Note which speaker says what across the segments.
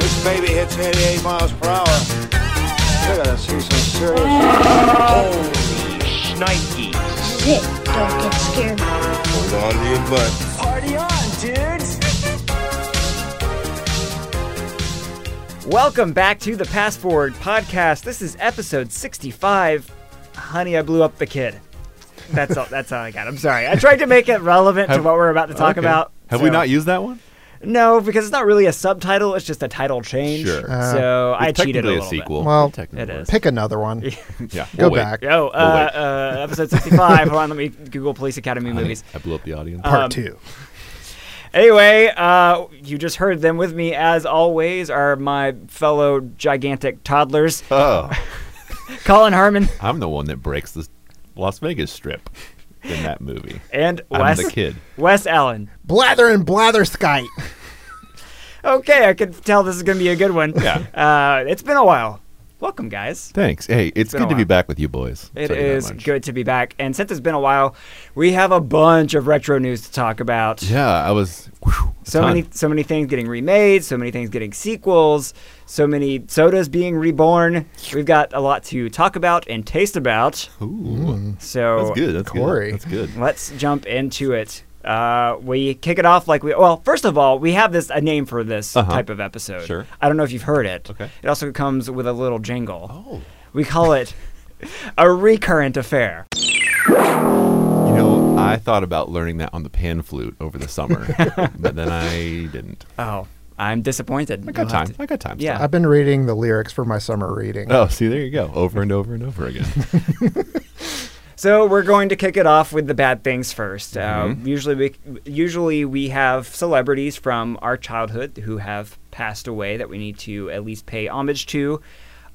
Speaker 1: This baby hits 88 miles per hour. You're gonna see some serious. Oh,
Speaker 2: Nike.
Speaker 3: Sit. Don't get scared.
Speaker 4: Hold on to your butt.
Speaker 2: Welcome back to the Pass Forward podcast. This is episode 65. Honey, I blew up the kid. That's all. That's all I got. I'm sorry. I tried to make it relevant to
Speaker 5: Have-
Speaker 2: what we're about to talk
Speaker 5: Okay.
Speaker 2: about.
Speaker 5: Have we
Speaker 2: so-
Speaker 5: not used that one?
Speaker 2: No, because it's not really a subtitle. It's just a title change.
Speaker 5: Sure.
Speaker 6: Uh,
Speaker 2: so I
Speaker 5: It's
Speaker 2: cheated a
Speaker 5: technically
Speaker 2: little
Speaker 5: sequel.
Speaker 6: Well,
Speaker 5: technically.
Speaker 2: It is.
Speaker 6: Pick another one.
Speaker 5: Yeah.
Speaker 6: Go
Speaker 5: we'll wait.
Speaker 6: back.
Speaker 2: bit. Oh, uh, uh, episode 65. Hold on. Let me Google Police Academy
Speaker 5: Honey,
Speaker 2: movies.
Speaker 5: I blew up the audience.
Speaker 6: Part
Speaker 2: Um,
Speaker 6: two.
Speaker 2: Anyway, uh, you just heard them with me, as always, are my fellow gigantic toddlers,
Speaker 5: oh,
Speaker 2: Colin Harmon
Speaker 5: I'm the one that breaks the Las Vegas Strip in that movie.
Speaker 2: and
Speaker 5: I'm
Speaker 2: Wes,
Speaker 5: the kid.
Speaker 2: Wes Allen.
Speaker 6: Blather and blather skite.
Speaker 2: Okay, I can tell this is going to be a good one.
Speaker 5: Yeah.
Speaker 2: Uh, it's been a while. Welcome, guys.
Speaker 5: Thanks. Hey, it's
Speaker 2: been a
Speaker 5: good to be
Speaker 2: while.
Speaker 5: back with you boys.
Speaker 2: It
Speaker 5: Tell you that
Speaker 2: is
Speaker 5: much.
Speaker 2: good to be back. And since it's been a while, we have a bunch of retro news to talk about.
Speaker 5: Yeah, I was. whew, a
Speaker 2: So
Speaker 5: ton.
Speaker 2: many, so many things getting remade. So many things getting sequels. So many sodas being reborn. We've got a lot to talk about and taste about.
Speaker 5: Ooh,
Speaker 2: So
Speaker 5: that's good. That's
Speaker 6: Mm. Corey.
Speaker 5: good. That's good.
Speaker 2: Let's jump into it. Uh, we kick it off like we well. First of all, we have this a name for this
Speaker 5: Uh-huh.
Speaker 2: type of episode.
Speaker 5: Sure.
Speaker 2: I don't know if you've heard it.
Speaker 5: Okay.
Speaker 2: It also comes with a little jingle.
Speaker 5: Oh.
Speaker 2: We call it a recurrent affair.
Speaker 5: You know, I thought about learning that on the pan flute over the summer, but then I didn't.
Speaker 2: Oh, I'm disappointed.
Speaker 5: I got time. I got time.
Speaker 2: Yeah.
Speaker 5: still.
Speaker 6: I've been reading the lyrics for my summer reading.
Speaker 5: Oh, see, there you go. Over and over and over again.
Speaker 2: So we're going to kick it off with the bad things 1st Uh, usually, we usually we have celebrities from our childhood who have passed away that we need to at least pay homage to.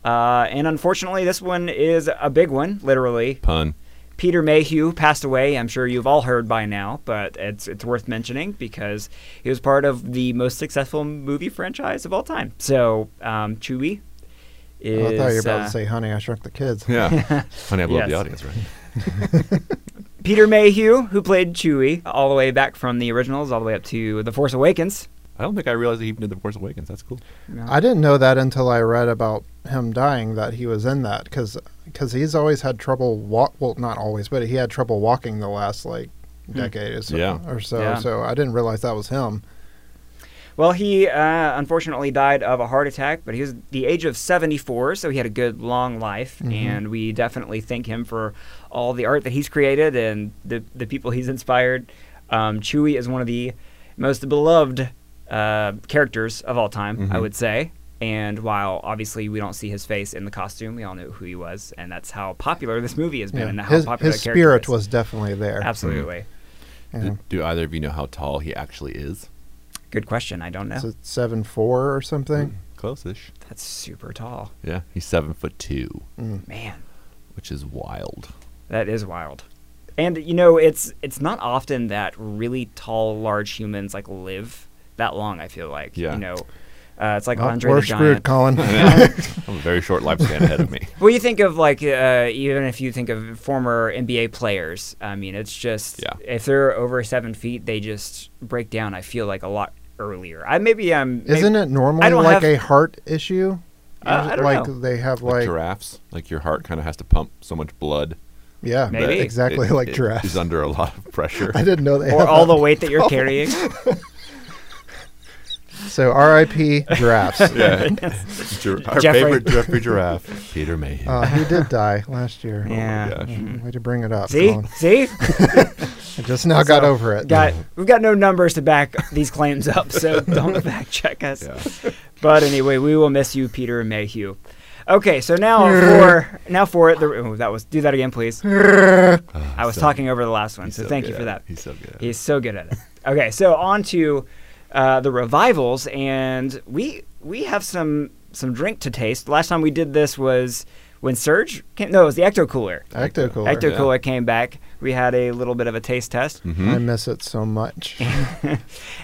Speaker 2: Uh, and unfortunately, this one is a big one, literally.
Speaker 5: Pun.
Speaker 2: Peter Mayhew passed away. I'm sure you've all heard by now, but it's it's worth mentioning because he was part of the most successful movie franchise of all time. So um, Chewie is.
Speaker 6: Oh, I thought you were about
Speaker 2: uh,
Speaker 6: to say, honey, I shrunk the kids.
Speaker 5: Yeah. Honey, I blew up the
Speaker 2: Yes.
Speaker 5: audience, right?
Speaker 2: Peter Mayhew, who played Chewie all the way back from the originals, all the way up to The Force Awakens.
Speaker 5: I don't think I realized he even did The Force Awakens. That's cool.
Speaker 6: I didn't know that until I read about him dying that he was in that because he's always had trouble walk well not always but he had trouble walking the last like decade or so,
Speaker 5: Hmm. Yeah.
Speaker 6: or so
Speaker 2: Yeah.
Speaker 6: so I didn't realize that was him.
Speaker 2: Well, he uh, unfortunately died of a heart attack, but he was the age of 74, so he had a good long life,
Speaker 6: Mm-hmm.
Speaker 2: and we definitely thank him for all the art that he's created and the the people he's inspired. Um, Chewie is one of the most beloved uh, characters of all time,
Speaker 6: Mm-hmm.
Speaker 2: I would say. And while obviously we don't see his face in the costume, we all know who he was, and that's how popular this movie has been,
Speaker 6: Yeah.
Speaker 2: and how
Speaker 6: His,
Speaker 2: popular
Speaker 6: his
Speaker 2: the character
Speaker 6: spirit
Speaker 2: is.
Speaker 6: was definitely there.
Speaker 2: absolutely
Speaker 6: Yeah.
Speaker 5: Do, do either of you know how tall he actually is?
Speaker 2: good question. I don't know.
Speaker 6: Is it seven four or something?
Speaker 5: Close-ish.
Speaker 2: That's super tall,
Speaker 5: Yeah. He's seven foot two,
Speaker 6: Mm. Hmm.
Speaker 2: man.
Speaker 5: which is wild.
Speaker 2: That is wild. And you know, it's it's not often that really tall, large humans like live that long. I feel like
Speaker 5: Yeah.
Speaker 2: you know, uh, it's like
Speaker 6: Well,
Speaker 2: Andre
Speaker 6: we're
Speaker 2: the Giant.
Speaker 6: screwed, Colin.
Speaker 5: I have a very short lifespan ahead of me.
Speaker 2: Well, you think of like uh, even if you think of former NBA players, I mean, it's just
Speaker 5: Yeah.
Speaker 2: if they're over seven feet, they just break down. I feel like a lot earlier. I maybe I'm maybe-
Speaker 6: Isn't it normally
Speaker 2: don't
Speaker 6: like
Speaker 2: have-
Speaker 6: a heart issue?
Speaker 2: Uh, I don't
Speaker 6: like
Speaker 2: know.
Speaker 6: they have
Speaker 5: Like,
Speaker 6: like,
Speaker 5: giraffes, like your heart kind of has to pump so much blood.
Speaker 6: yeah,
Speaker 2: Maybe.
Speaker 5: that
Speaker 6: exactly
Speaker 5: it-
Speaker 6: like
Speaker 5: it
Speaker 6: giraffes.
Speaker 5: Is under a lot of pressure.
Speaker 6: I didn't know they
Speaker 2: or
Speaker 6: had
Speaker 2: all the
Speaker 6: that.
Speaker 2: weight that you're carrying.
Speaker 6: Oh So R.I.P. giraffes.
Speaker 5: Yeah. Gir- our
Speaker 2: Jeffrey.
Speaker 5: favorite Jeffrey Giraffe, Peter Mayhew.
Speaker 6: Uh, he did die last year.
Speaker 2: Yeah. Mm-hmm.
Speaker 5: gosh.
Speaker 6: Mm, Way to bring it up.
Speaker 2: See,
Speaker 6: Colin.
Speaker 2: see,
Speaker 6: I just now got
Speaker 2: So,
Speaker 6: over it.
Speaker 2: Got we've got no numbers to back these claims up, so don't fact check us. But anyway, we will miss you, Peter Mayhew. Okay, so now for now for it. The, oh, that was do that again, please. I was
Speaker 5: so-
Speaker 2: talking over the last one, so,
Speaker 5: so
Speaker 2: thank you
Speaker 5: good
Speaker 2: for that.
Speaker 5: at it. He's so good at it.
Speaker 2: He's so good at it. Okay, so on to uh, the revivals, and we we have some some drink to taste. Last time we did this was when Surge came. No, it was the Ecto Cooler.
Speaker 6: Ecto cooler.
Speaker 2: Ecto Cooler came back. We had a little bit of a taste test.
Speaker 5: Mm-hmm.
Speaker 6: I miss it so much.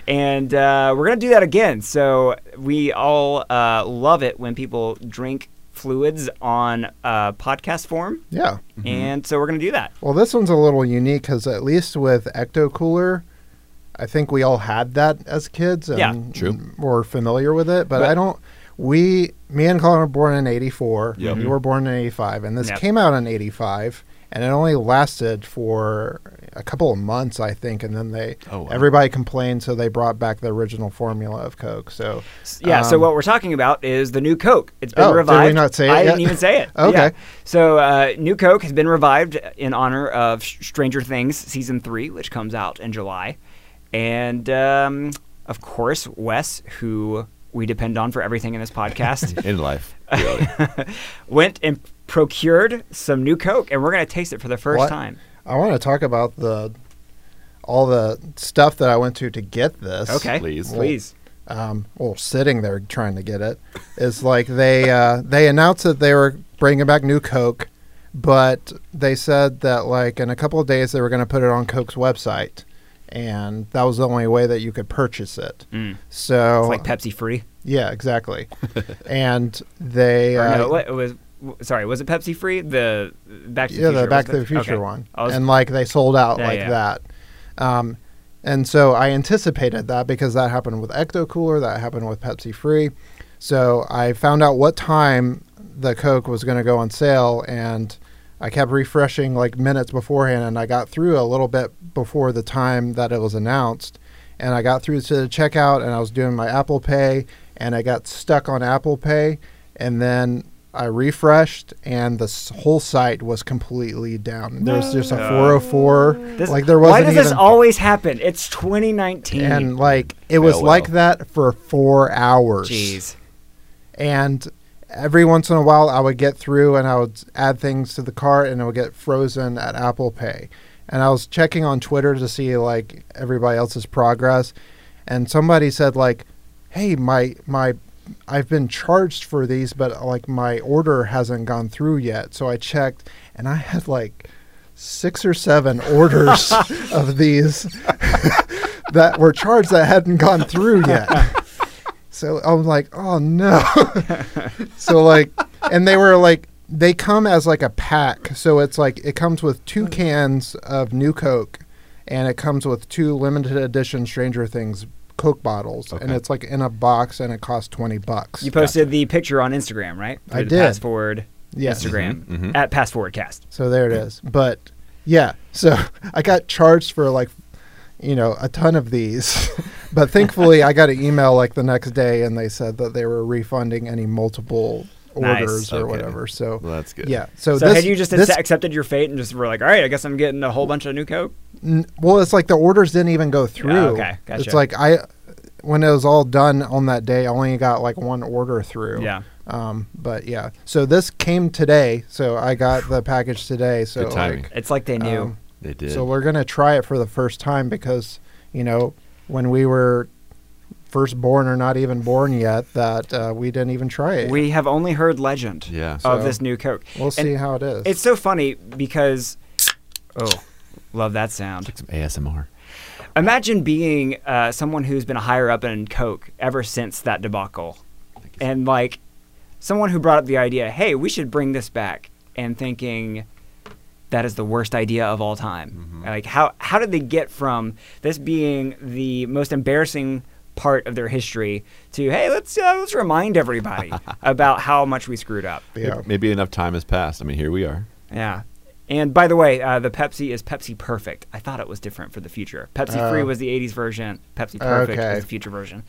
Speaker 2: and uh, we're gonna do that again. So we all uh, love it when people drink fluids on uh, podcast form,
Speaker 6: Yeah.
Speaker 2: and so we're going to do that.
Speaker 6: Well, this one's a little unique because at least with Ecto Cooler, I think we all had that as kids and
Speaker 2: Yeah.
Speaker 5: True.
Speaker 6: were familiar with it. But,
Speaker 5: But-
Speaker 6: I don't. We, me and Colin were born in '84.
Speaker 5: Yep.
Speaker 6: You were born in '85, and this
Speaker 2: Yep.
Speaker 6: came out in '85, and it only lasted for a couple of months, I think, and then they
Speaker 5: Oh, wow.
Speaker 6: everybody complained, so they brought back the original formula of Coke. So
Speaker 2: S- Yeah. so
Speaker 6: Um,
Speaker 2: what we're talking about is the new Coke. It's been
Speaker 6: Oh, did we
Speaker 2: revived.
Speaker 6: not say it
Speaker 2: I
Speaker 6: yet?
Speaker 2: didn't even say it.
Speaker 6: Okay.
Speaker 2: Yeah. So uh, new Coke has been revived in honor of Sh- Stranger Things season three, which comes out in July, and um, of course Wes, who we depend on for everything in this podcast,
Speaker 5: in life.
Speaker 2: went and procured some new Coke, and we're going to taste it for the first
Speaker 6: What?
Speaker 2: time.
Speaker 6: I want to talk about the all the stuff that I went to to get this.
Speaker 2: Okay.
Speaker 5: Please.
Speaker 2: Please.
Speaker 6: um, well, sitting there trying to get it, is like they uh, they announced that they were bringing back new Coke, but they said that like in a couple of days they were going to put it on Coke's website, and that was the only way that you could purchase it.
Speaker 2: Mm.
Speaker 6: So
Speaker 2: It's like Pepsi free.
Speaker 6: yeah, exactly. and they
Speaker 2: Or
Speaker 6: uh,
Speaker 2: no, what, it was w- sorry, was it Pepsi free? The Back to the
Speaker 6: yeah
Speaker 2: Future.
Speaker 6: the Back to
Speaker 2: was
Speaker 6: the
Speaker 2: Pep-
Speaker 6: Future
Speaker 2: okay.
Speaker 6: one,
Speaker 2: I was-
Speaker 6: and like they sold out
Speaker 2: Yeah,
Speaker 6: like
Speaker 2: yeah.
Speaker 6: that. Um, and so I anticipated that because that happened with Ecto Cooler, that happened with Pepsi Free. So I found out what time the Coke was going to go on sale, and I kept refreshing like minutes beforehand, and I got through a little bit before the time that it was announced. And I got through to the checkout, and I was doing my Apple Pay, and I got stuck on Apple Pay, and then I refreshed, and the s- whole site was completely down. There's just a 404,
Speaker 2: This-
Speaker 6: like there
Speaker 2: Why
Speaker 6: wasn't
Speaker 2: does
Speaker 6: even.
Speaker 2: this always happen? It's 2019.
Speaker 6: and like it was
Speaker 5: Oh, well.
Speaker 6: like that for four hours
Speaker 2: Jeez.
Speaker 6: and every once in a while I would get through and I would add things to the cart and it would get frozen at Apple Pay. And I was checking on Twitter to see like everybody else's progress and somebody said like, "Hey, my my I've been charged for these, but like my order hasn't gone through yet." So I checked and I had like six or seven orders of these that were charged that hadn't gone through yet. So I'm like, oh no. so like, and they were like, they come as like a pack. So it's like it comes with two cans of New Coke, and it comes with two limited edition Stranger Things Coke bottles, and
Speaker 5: Okay.
Speaker 6: it's like in a box, and it costs twenty bucks.
Speaker 2: You posted the picture on Instagram, right? Through
Speaker 6: I
Speaker 2: the
Speaker 6: did. Mm-hmm.
Speaker 2: Pass forward
Speaker 6: Yes.
Speaker 2: Instagram
Speaker 5: Mhm, mhm.
Speaker 2: at Pass Forward Cast.
Speaker 6: So there it is. But yeah, so I got charged for like, you know, a ton of these. but thankfully, I got an email like the next day and they said that they were refunding any multiple
Speaker 2: Nice.
Speaker 6: orders or
Speaker 5: Okay.
Speaker 6: whatever. So
Speaker 5: Well, that's good.
Speaker 6: yeah. So,
Speaker 2: So,
Speaker 6: this,
Speaker 2: had you just
Speaker 6: this,
Speaker 2: accepted your fate and just were like, all right, I guess I'm getting a whole bunch of new Coke?
Speaker 6: n- well, it's like the orders didn't even go through.
Speaker 2: okay. Gotcha.
Speaker 6: It's like I, when it was all done on that day, I only got like one order through.
Speaker 2: Yeah.
Speaker 6: Um. But yeah. So this came today. So I got the package today. So
Speaker 5: Good timing.
Speaker 6: like,
Speaker 2: It's like they knew.
Speaker 6: um,
Speaker 5: They did.
Speaker 6: So we're gonna try it for the first time because you know when we were first born or not even born yet, that uh, we didn't even try it.
Speaker 2: we have only heard legend
Speaker 5: Yeah.
Speaker 2: of
Speaker 6: So-
Speaker 2: this new Coke.
Speaker 6: we'll
Speaker 2: and
Speaker 6: see how it is.
Speaker 2: It's so funny because, oh, love that sound.
Speaker 5: Some ASMR.
Speaker 2: Imagine being uh, someone who's been higher up in Coke ever since that debacle, and like someone who brought up the idea, hey, we should bring this back, and thinking that is the worst idea of all time. Like how how did they get from this being the most embarrassing part of their history to hey, let's uh, let's remind everybody about how much we screwed up.
Speaker 6: yeah.
Speaker 5: Maybe enough time has passed. I mean, here we are.
Speaker 2: Yeah. And by the way, uh, the Pepsi is Pepsi Perfect. I thought it was different for the future. Pepsi Free was the 80s version. Pepsi Perfect
Speaker 6: Oh. Okay. Ah.
Speaker 2: was the future version.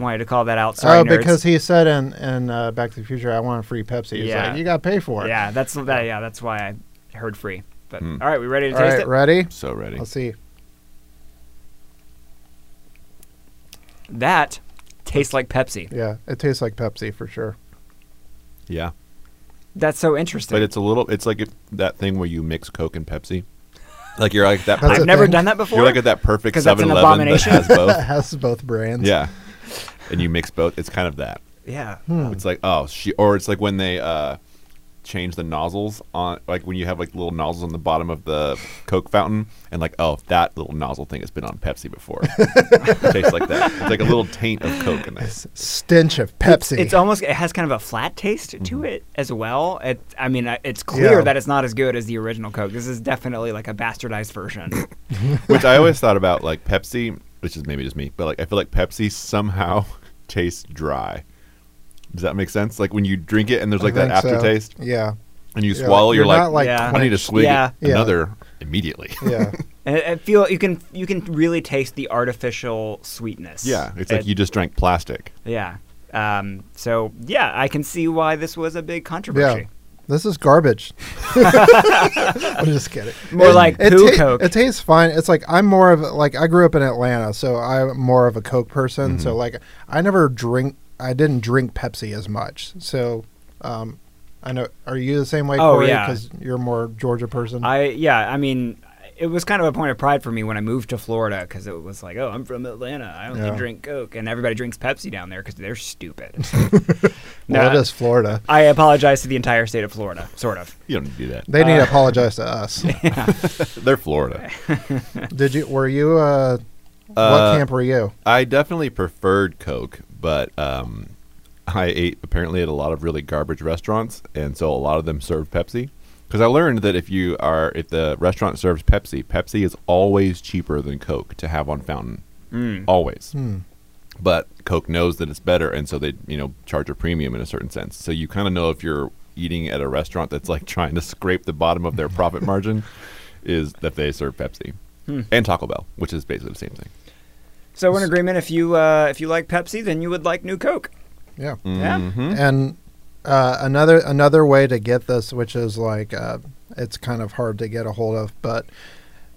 Speaker 2: Wanted to call that out. Sorry,
Speaker 6: Oh,
Speaker 2: nerds.
Speaker 6: because he said in, in uh, Back to the Future, I want a free Pepsi. He's
Speaker 2: Yeah.
Speaker 6: like, you got to pay for it.
Speaker 2: yeah, that's that, yeah, that's why I heard free. But
Speaker 5: Hmm.
Speaker 2: all right, we ready to
Speaker 6: All
Speaker 2: taste
Speaker 6: right,
Speaker 2: it?
Speaker 6: ready?
Speaker 5: So ready.
Speaker 6: Let's see.
Speaker 2: That tastes like Pepsi.
Speaker 6: Yeah, it tastes like Pepsi for sure.
Speaker 5: Yeah.
Speaker 2: That's so interesting.
Speaker 5: But it's a little, it's like if, that thing where you mix Coke and Pepsi. Like you're like that.
Speaker 2: I've
Speaker 6: That's a
Speaker 5: perfect-
Speaker 2: never
Speaker 6: thing.
Speaker 2: done that before.
Speaker 5: you're like at that perfect
Speaker 2: 'Cause that's an
Speaker 5: 7 Eleven that
Speaker 2: abomination.
Speaker 5: has
Speaker 6: That
Speaker 5: both.
Speaker 6: has both brands.
Speaker 5: yeah. And you mix both. It's kind of that.
Speaker 2: yeah.
Speaker 6: Hmm.
Speaker 5: It's like, oh, she, or it's like when they, uh, change the nozzles on like when you have like little nozzles on the bottom of the Coke fountain and like oh that little nozzle thing has been on Pepsi before. it tastes like that. It's like a little taint of Coke in this.
Speaker 6: Stench of Pepsi. Hmm.
Speaker 2: It's almost it has kind of a flat taste to it as well. It, I mean, I- it's clear
Speaker 6: Yeah.
Speaker 2: that it's not as good as the original Coke. This is definitely like a bastardized version.
Speaker 5: Which I always thought about like Pepsi, which is maybe just me, but like I feel like Pepsi somehow tastes dry. Does that make sense? Like when you drink it and there's
Speaker 6: I
Speaker 5: like that
Speaker 6: think so.
Speaker 5: aftertaste
Speaker 6: Yeah.
Speaker 5: and you
Speaker 6: Yeah,
Speaker 5: swallow, you're, like,
Speaker 6: not like
Speaker 2: Yeah.
Speaker 5: I need to swig
Speaker 2: Yeah.
Speaker 6: Yeah.
Speaker 5: another immediately.
Speaker 6: yeah.
Speaker 2: and it, it feel you can you can really taste the artificial sweetness.
Speaker 5: yeah, it's like
Speaker 2: It-
Speaker 5: you just drank plastic.
Speaker 2: Yeah. Um, so yeah, I can see why this was a big
Speaker 6: Yeah.
Speaker 2: controversy.
Speaker 6: This is garbage. I'm just kidding.
Speaker 2: More like
Speaker 6: it,
Speaker 2: poo
Speaker 6: ta-
Speaker 2: Coke.
Speaker 6: it tastes fine. It's like I'm more of a- like I grew up in Atlanta, so I'm more of a Coke person. So like I never drink. I didn't drink Pepsi as much. So um, I know. Are you the same way,
Speaker 2: Oh,
Speaker 6: Corey?
Speaker 2: yeah.
Speaker 6: Because you're more Georgia person.
Speaker 2: I yeah, I mean, it was kind of a point of pride for me when I moved to Florida because it was like, oh, I'm from Atlanta. I only
Speaker 6: Yeah.
Speaker 2: drink Coke, and everybody drinks Pepsi down there because they're stupid.
Speaker 6: well,
Speaker 2: Nah.
Speaker 6: it is Florida.
Speaker 2: I apologize to the entire state of Florida, sort of.
Speaker 5: You don't need to do that.
Speaker 6: They need
Speaker 2: Uh,
Speaker 6: to apologize to us.
Speaker 5: They're Florida.
Speaker 6: Did you? Were you? Uh,
Speaker 5: Uh,
Speaker 6: what camp were you?
Speaker 5: I definitely preferred Coke, but um, I ate apparently at a lot of really garbage restaurants, and so a lot of them served Pepsi. Because I learned that if you are, if the restaurant serves Pepsi, Pepsi is always cheaper than Coke to have on fountain, always. But Coke knows that it's better, and so they, you know, charge a premium in a certain sense. So you kind of know if you're eating at a restaurant that's like trying to scrape the bottom of their profit margin, is that they serve Pepsi and Taco Bell, which is basically the same thing.
Speaker 2: So we're in agreement. If you uh, if you like Pepsi, then you would like New Coke.
Speaker 6: Yeah.
Speaker 2: Yeah.
Speaker 6: Mm-hmm. And uh, another another way to get this, which is like uh, it's kind of hard to get a hold of, but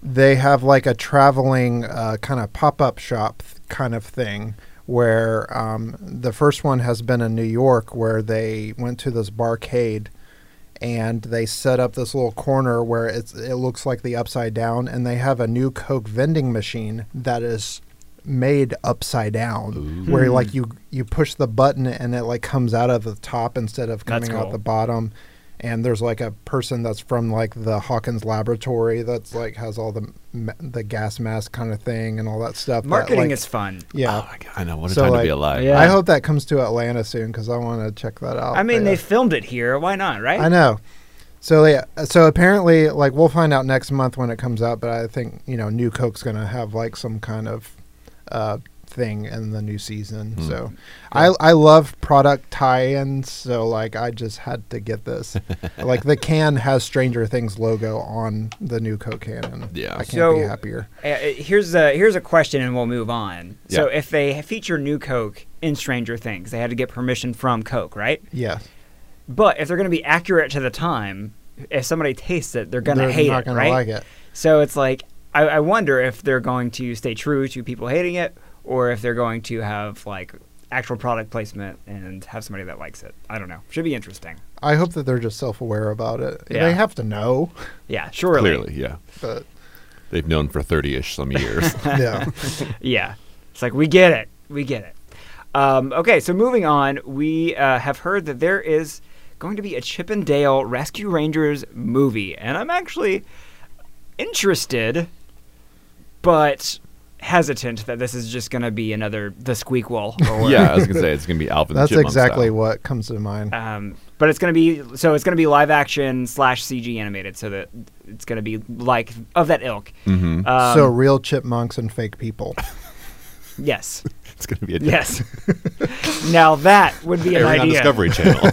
Speaker 6: they have like a traveling uh, kind of pop up shop th- kind of thing where um, the first one has been in New York where they went to this barcade and they set up this little corner where it's it looks like the upside down and they have a new Coke vending machine that is made upside down where like you you push the button and it like comes out of the top instead of
Speaker 2: That's
Speaker 6: coming out
Speaker 2: cool.
Speaker 6: the bottom and there's like a person that's from like the Hawkins laboratory that's like has all the ma- the gas mask kind of thing and all that stuff that,
Speaker 2: Marketing
Speaker 6: like-
Speaker 2: is fun.
Speaker 6: yeah
Speaker 5: Oh my God, I know. What a
Speaker 6: So,
Speaker 5: time
Speaker 6: like,
Speaker 5: to be alive.
Speaker 2: Yeah.
Speaker 6: I hope that comes to Atlanta soon because I want to check that out
Speaker 2: I mean,
Speaker 6: but-
Speaker 2: they filmed it here. Why not? Right?
Speaker 6: I know. So yeah, so apparently, like we'll find out next month when it comes out. But I think you know, new Coke's gonna have like some kind of uh, thing in the new season. So I I love product tie-ins. So like I just had to get this. like the can has Stranger Things logo on the new Coke can. And
Speaker 5: Yeah.
Speaker 6: I can't
Speaker 2: So-
Speaker 6: be happier.
Speaker 2: Uh, uh, here's a here's a question, and we'll move on. So,
Speaker 5: Yeah.
Speaker 2: if they feature New Coke in Stranger Things, they had to get permission from Coke, right?
Speaker 6: Yeah,
Speaker 2: But if they're going to be accurate to the time, if somebody tastes it, they're going to
Speaker 6: They're
Speaker 2: hate
Speaker 6: not
Speaker 2: it,
Speaker 6: gonna
Speaker 2: right?
Speaker 6: like it.
Speaker 2: So it's like I, I wonder if they're going to stay true to people hating it, or if they're going to have like actual product placement and have somebody that likes it. I don't know. Should be interesting.
Speaker 6: I hope that they're just self-aware about it.
Speaker 2: Yeah.
Speaker 6: They have to know,
Speaker 2: Yeah, surely.
Speaker 5: Clearly, yeah.
Speaker 6: but
Speaker 5: They've known for 30 ish some years.
Speaker 6: yeah.
Speaker 2: Yeah. It's like, we get it. We get it. Um, okay, so moving on, we uh, have heard that there is going to be a Chip and Dale Rescue Rangers movie, and I'm actually interested, but hesitant that this is just going to be another The Squeakquel. Or,
Speaker 5: yeah, I was going to say it's going to be Alvin the
Speaker 6: That's
Speaker 5: Chipmunk
Speaker 6: exactly
Speaker 5: style.
Speaker 6: what comes to mind.
Speaker 2: Um, but it's going to be so it's going to be live action slash CG animated, so that it's going to be like of that ilk.
Speaker 5: Mm.
Speaker 2: Mm-hmm. Um,
Speaker 6: so real chipmunks and fake people.
Speaker 2: yes,
Speaker 5: It's going to be a
Speaker 2: yes. now that would be an
Speaker 5: airing on
Speaker 2: idea.
Speaker 5: Discovery Channel.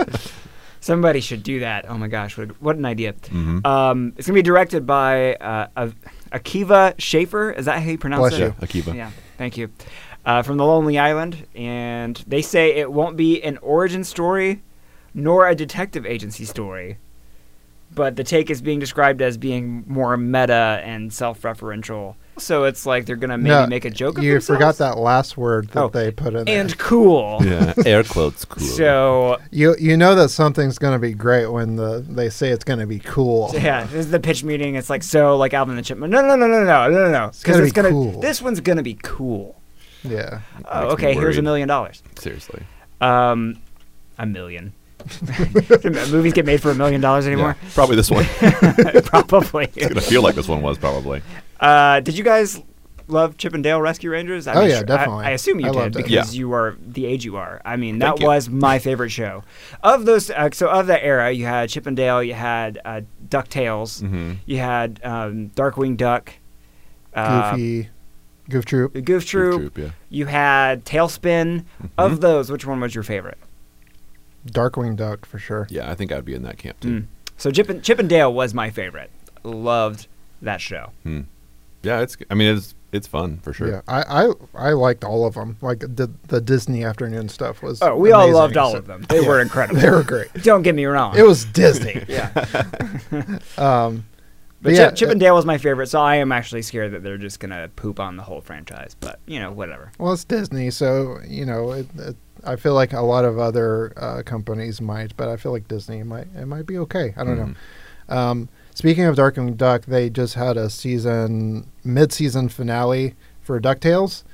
Speaker 2: Somebody should do that. Oh my gosh, what, what an idea.
Speaker 6: Mm-hmm.
Speaker 2: Um, it's going to be directed by uh, Av- Akiva Schaffer. Is that how you pronounce
Speaker 6: Bless
Speaker 2: it?
Speaker 5: yeah,
Speaker 6: you.
Speaker 5: Akiba.
Speaker 2: Yeah, thank you. Uh, from The Lonely Island. And they say it won't be an origin story nor a detective agency story. But the take is being described as being more meta and self referential. So it's like they're going to maybe
Speaker 6: No,
Speaker 2: make a joke of
Speaker 6: You forgot
Speaker 2: themselves?
Speaker 6: that last word that
Speaker 2: Oh,
Speaker 6: they put in there.
Speaker 2: And cool.
Speaker 5: Yeah, air quotes cool.
Speaker 2: So,
Speaker 6: You you know that something's gonna be great when the they say it's gonna be cool.
Speaker 2: yeah, this is the pitch meeting. It's like, so, like Alvin and the Chipmunk. No, no, no, no, no, no, no, no. Because
Speaker 6: gonna
Speaker 2: it's
Speaker 6: be
Speaker 2: going to,
Speaker 6: cool.
Speaker 2: this one's going to be cool.
Speaker 6: Yeah.
Speaker 2: Oh,
Speaker 5: Makes me
Speaker 2: okay, here's a
Speaker 5: worried.
Speaker 2: million dollars.
Speaker 5: Seriously.
Speaker 2: Um, a million. Movies get made for a million dollars
Speaker 5: Yeah,
Speaker 2: anymore?
Speaker 5: probably this one.
Speaker 2: Probably.
Speaker 5: I feel like this one was probably.
Speaker 2: Uh, did you guys love Chippendale Rescue Rangers? I
Speaker 6: Oh, yeah,
Speaker 2: sure- I-
Speaker 6: definitely.
Speaker 2: I, assume you
Speaker 6: I
Speaker 2: did
Speaker 6: loved it.
Speaker 2: because
Speaker 5: Yeah.
Speaker 2: you are the age you are. I mean,
Speaker 5: Thank
Speaker 2: that
Speaker 5: you.
Speaker 2: was my favorite show. Of those, uh, so of that era, you had Chippendale, you had uh, Ducktales,
Speaker 6: Mm-hmm.
Speaker 5: Mhm.
Speaker 2: you had um, Darkwing Duck, uh,
Speaker 6: Goofy, Goof Troop.
Speaker 2: Goof Troop,
Speaker 5: Troop, yeah. Mm-hmm.
Speaker 2: you had Tailspin. Of those, which one was your favorite?
Speaker 6: Darkwing Duck for sure.
Speaker 5: Yeah, I think I'd be in that camp too.
Speaker 2: Mm. So Chip Chippendale was my favorite. Loved that show.
Speaker 5: Hmm. Yeah, it's. I mean, it's it's fun for sure.
Speaker 6: Yeah, I, I I liked all of them. Like the the Disney afternoon stuff was.
Speaker 2: Oh, we all
Speaker 6: amazing.
Speaker 2: loved all
Speaker 6: So-
Speaker 2: of them. They were incredible.
Speaker 6: They were great.
Speaker 2: Don't get me wrong.
Speaker 6: It was Disney.
Speaker 2: yeah.
Speaker 6: Um,
Speaker 2: But
Speaker 6: Yeah, uh,
Speaker 2: Chip, Chip and Dale was my favorite, so I am actually scared that they're just gonna poop on the whole franchise. But you know, whatever.
Speaker 6: well, it's Disney, so you know, it, it, I feel like a lot of other uh, companies might, but I feel like Disney might it might be okay. I don't
Speaker 2: Mm-hmm.
Speaker 6: know. Um, speaking of Darkwing Duck, they just had a season mid-season finale for Ducktales.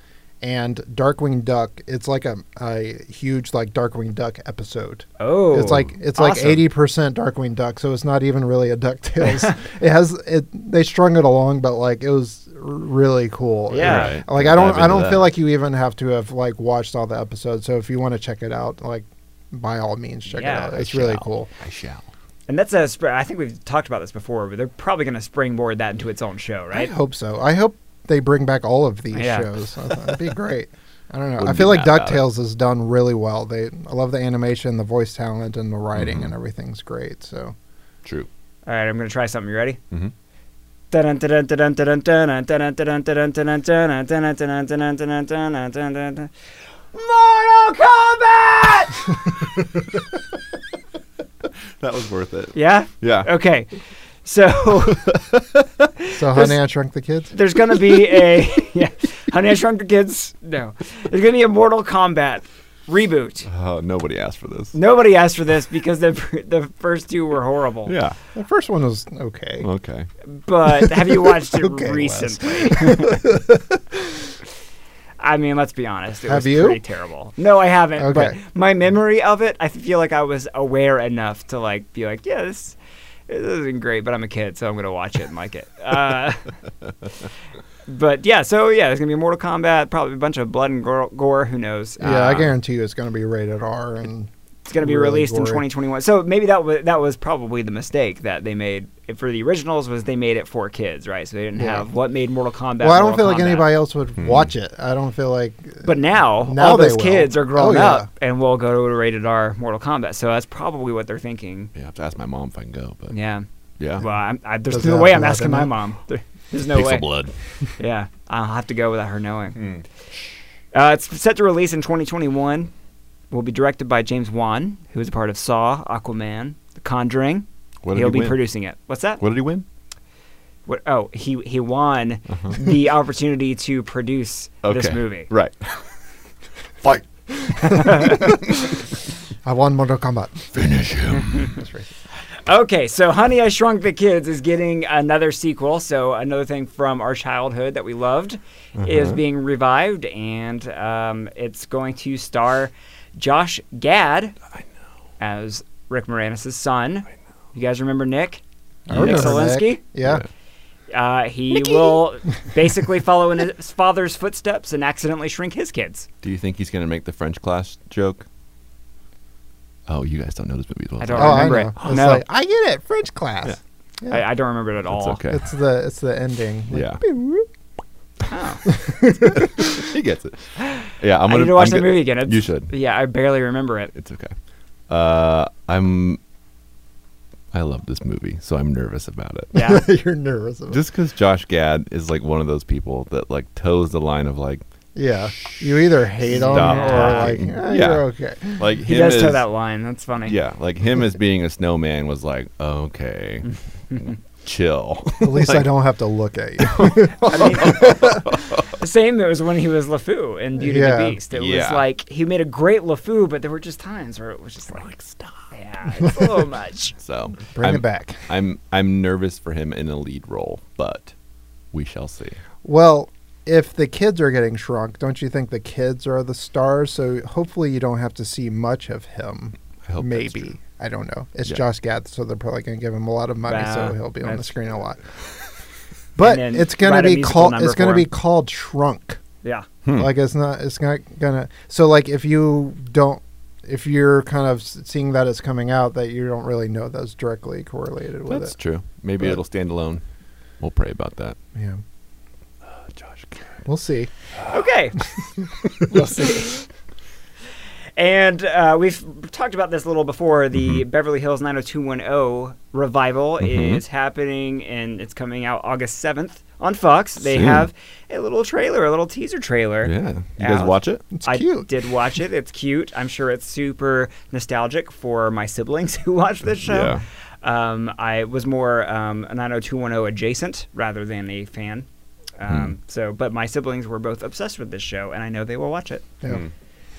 Speaker 6: And Darkwing Duck, it's like a, a huge like Darkwing Duck episode.
Speaker 2: Oh,
Speaker 6: it's like it's like
Speaker 2: awesome.
Speaker 6: eighty percent Darkwing Duck, so it's not even really a Ducktales. it has it. They strung it along, but like it was r- really cool.
Speaker 2: Yeah.
Speaker 5: Right.
Speaker 6: like I don't
Speaker 5: Dive
Speaker 6: I don't
Speaker 5: into
Speaker 6: feel
Speaker 5: that.
Speaker 6: like you even have to have like watched all the episodes. So if you want to check it out, like by all means check
Speaker 2: Yeah,
Speaker 6: it out.
Speaker 2: I
Speaker 6: It's really cool.
Speaker 5: I shall.
Speaker 2: and that's a. Sp- I think we've talked about this before, but they're probably gonna springboard that into its own show,
Speaker 6: I
Speaker 2: right?
Speaker 6: hope so. I hope they bring back all of these
Speaker 2: Yeah.
Speaker 6: shows. That'd be great. I don't know. I
Speaker 5: Wouldn't
Speaker 6: feel
Speaker 5: be
Speaker 6: like
Speaker 5: mad about it.
Speaker 6: DuckTales is done really well. They I love the animation, the voice talent, and the writing,
Speaker 5: Mm-hmm.
Speaker 6: and everything's great. So
Speaker 5: True.
Speaker 2: All right, I'm gonna try something. You ready?
Speaker 5: Mhm.
Speaker 2: Mortal Kombat!
Speaker 5: That was worth it.
Speaker 2: yeah.
Speaker 5: Yeah.
Speaker 2: Okay. So.
Speaker 6: so Honey, I Shrunk the Kids.
Speaker 2: there's gonna be a yeah, Honey I Shrunk the Kids. No, there's gonna be a Mortal Kombat reboot.
Speaker 5: Oh, nobody asked for this.
Speaker 2: Nobody asked for this because the the first two were horrible.
Speaker 5: Yeah.
Speaker 6: The first one was okay.
Speaker 5: Okay.
Speaker 2: But have you watched it
Speaker 6: Okay, Wes.
Speaker 2: recently? I mean, let's be honest. It
Speaker 6: Have
Speaker 2: was
Speaker 6: you?
Speaker 2: pretty terrible. No, I haven't.
Speaker 6: Okay.
Speaker 2: But my memory of it, I feel like I was aware enough to like be like, yeah, this, this isn't great, but I'm a kid, so I'm gonna watch it and like it. Uh, but yeah, so yeah, there's gonna be Mortal Kombat, probably a bunch of blood and gore. gore who knows?
Speaker 6: Yeah, I
Speaker 2: Uh,
Speaker 6: guarantee you it's going to be rated R. And
Speaker 2: it's going to be
Speaker 6: really
Speaker 2: released in
Speaker 6: gory.
Speaker 2: 2021. So maybe that was that was probably the mistake that they made for the originals was they made it for kids, right? So they didn't
Speaker 6: Yeah.
Speaker 2: have what made Mortal Kombat.
Speaker 6: well, I don't
Speaker 2: Mortal
Speaker 6: feel like
Speaker 2: Kombat.
Speaker 6: anybody else would
Speaker 5: Hmm.
Speaker 6: watch it. I don't feel like
Speaker 2: But now,
Speaker 6: Now
Speaker 2: all
Speaker 6: they
Speaker 2: those
Speaker 6: will.
Speaker 2: kids are grown
Speaker 6: Oh, yeah.
Speaker 2: up and will go to a rated R Mortal Kombat. So that's probably what they're thinking.
Speaker 5: Yeah, I have to ask my mom if I can go, but yeah.
Speaker 2: Yeah. Well,
Speaker 5: yeah.
Speaker 2: I'm, I, there's
Speaker 6: Doesn't
Speaker 2: no
Speaker 6: have
Speaker 2: way
Speaker 6: to
Speaker 2: I'm
Speaker 6: let
Speaker 2: asking
Speaker 6: them
Speaker 2: my
Speaker 6: in.
Speaker 2: mom. There- There's no way.
Speaker 5: blood.
Speaker 2: Yeah, I'll have to go without her knowing.
Speaker 5: Hmm.
Speaker 2: Uh, it's set to release in 2021. Will be directed by James Wan, who is a part of Saw, Aquaman, The Conjuring.
Speaker 5: What did
Speaker 2: He'll
Speaker 5: he
Speaker 2: be
Speaker 5: win?
Speaker 2: producing it. What's that?
Speaker 5: What did he win?
Speaker 2: What, oh, he he won
Speaker 5: Uh-huh.
Speaker 2: the opportunity to produce this movie.
Speaker 5: Right. Fight.
Speaker 6: I want Mortal Kombat.
Speaker 5: Finish him.
Speaker 2: Okay, so Honey I Shrunk the Kids is getting another sequel. So another thing from our childhood that we loved is
Speaker 5: Mm-hmm.
Speaker 2: being revived, and um, it's going to star Josh Gad as Rick Moranis' son. You guys remember Nick?
Speaker 6: I
Speaker 5: Oh,
Speaker 6: remember
Speaker 2: Nick Zelinsky?
Speaker 6: Nick. Yeah.
Speaker 2: Uh, he will basically follow in his father's footsteps and accidentally shrink his kids.
Speaker 5: Do you think he's going to make the French class joke? Oh, you guys don't know this movie as well.
Speaker 2: I don't
Speaker 6: Oh, I
Speaker 2: remember
Speaker 6: know.
Speaker 2: it.
Speaker 6: It's
Speaker 2: No.
Speaker 6: like, I get it. French class. Yeah.
Speaker 2: I, I don't remember it at all.
Speaker 5: It's okay.
Speaker 6: It's the it's the ending. Like,
Speaker 5: Yeah.
Speaker 6: beep.
Speaker 5: he gets it. Yeah, I'm
Speaker 2: I
Speaker 5: gonna
Speaker 2: need to watch
Speaker 5: I'm
Speaker 2: the
Speaker 5: gonna-
Speaker 2: movie again. It's-
Speaker 5: you should.
Speaker 2: Yeah, I barely remember it.
Speaker 5: It's okay. Uh, I'm. I love this movie, so I'm nervous about it.
Speaker 2: Yeah.
Speaker 6: You're nervous. About
Speaker 5: Just because Josh Gad is like one of those people that like toes the line of like,
Speaker 6: yeah. You either hate him or
Speaker 5: Stop
Speaker 6: like
Speaker 5: talking.
Speaker 6: eh,
Speaker 5: Yeah.
Speaker 6: you're okay.
Speaker 5: like
Speaker 2: he
Speaker 5: him
Speaker 2: does toe
Speaker 5: is-
Speaker 2: that line. That's funny.
Speaker 5: Yeah, like him as being a snowman was like, okay, chill.
Speaker 6: At least I don't have to look at you.
Speaker 2: I mean, the same it was when he was LeFou in Beauty
Speaker 6: Yeah.
Speaker 2: and the Beast. It was
Speaker 5: Yeah.
Speaker 2: like he made a great LeFou, but there were just times where it was just like, stop. Yeah, it's a little much.
Speaker 5: So
Speaker 6: Bring
Speaker 5: I'm,
Speaker 6: it back.
Speaker 5: I'm I'm nervous for him in a lead role, but we shall see.
Speaker 6: Well, if the kids are getting shrunk, don't you think the kids are the stars? So hopefully you don't have to see much of him.
Speaker 5: I hope that's true.
Speaker 6: Maybe. I don't know. It's
Speaker 5: Yeah.
Speaker 6: Josh Gad, so they're probably going to give him a lot of money,
Speaker 2: Bah,
Speaker 6: so he'll be on the
Speaker 2: that's-
Speaker 6: screen a lot. But
Speaker 2: then
Speaker 6: it's going
Speaker 2: write
Speaker 6: to
Speaker 2: a
Speaker 6: be
Speaker 2: musical
Speaker 6: called.
Speaker 2: number
Speaker 6: It's going to
Speaker 2: for
Speaker 6: be
Speaker 2: him.
Speaker 6: called Shrunk.
Speaker 2: Yeah.
Speaker 5: Hmm.
Speaker 6: Like it's not. It's not gonna. So like if you don't, if you're kind of s- seeing that it's coming out, that you don't really know that's directly correlated with
Speaker 5: That's
Speaker 6: it.
Speaker 5: true. Maybe
Speaker 6: But-
Speaker 5: it'll stand alone. We'll pray about that.
Speaker 6: Yeah.
Speaker 5: Josh.
Speaker 6: We'll see.
Speaker 2: Okay.
Speaker 6: We'll see.
Speaker 2: And uh, we've talked about this a little before. The
Speaker 5: Mm-hmm.
Speaker 2: Beverly Hills 90210 revival is happening, and it's coming out August 7th on Fox. They
Speaker 5: Soon.
Speaker 2: have a little trailer, a little teaser trailer.
Speaker 5: Yeah. You guys
Speaker 2: Out.
Speaker 5: watch it?
Speaker 6: It's
Speaker 2: I
Speaker 6: cute.
Speaker 2: did watch it. It's cute. I'm sure it's super nostalgic for my siblings who watch this show. Um, I was more um, a 90210 adjacent rather than a fan. Um,
Speaker 6: Hmm.
Speaker 2: So, but my siblings were both obsessed with this show, and I know they will watch it
Speaker 6: Yeah.
Speaker 5: Hmm.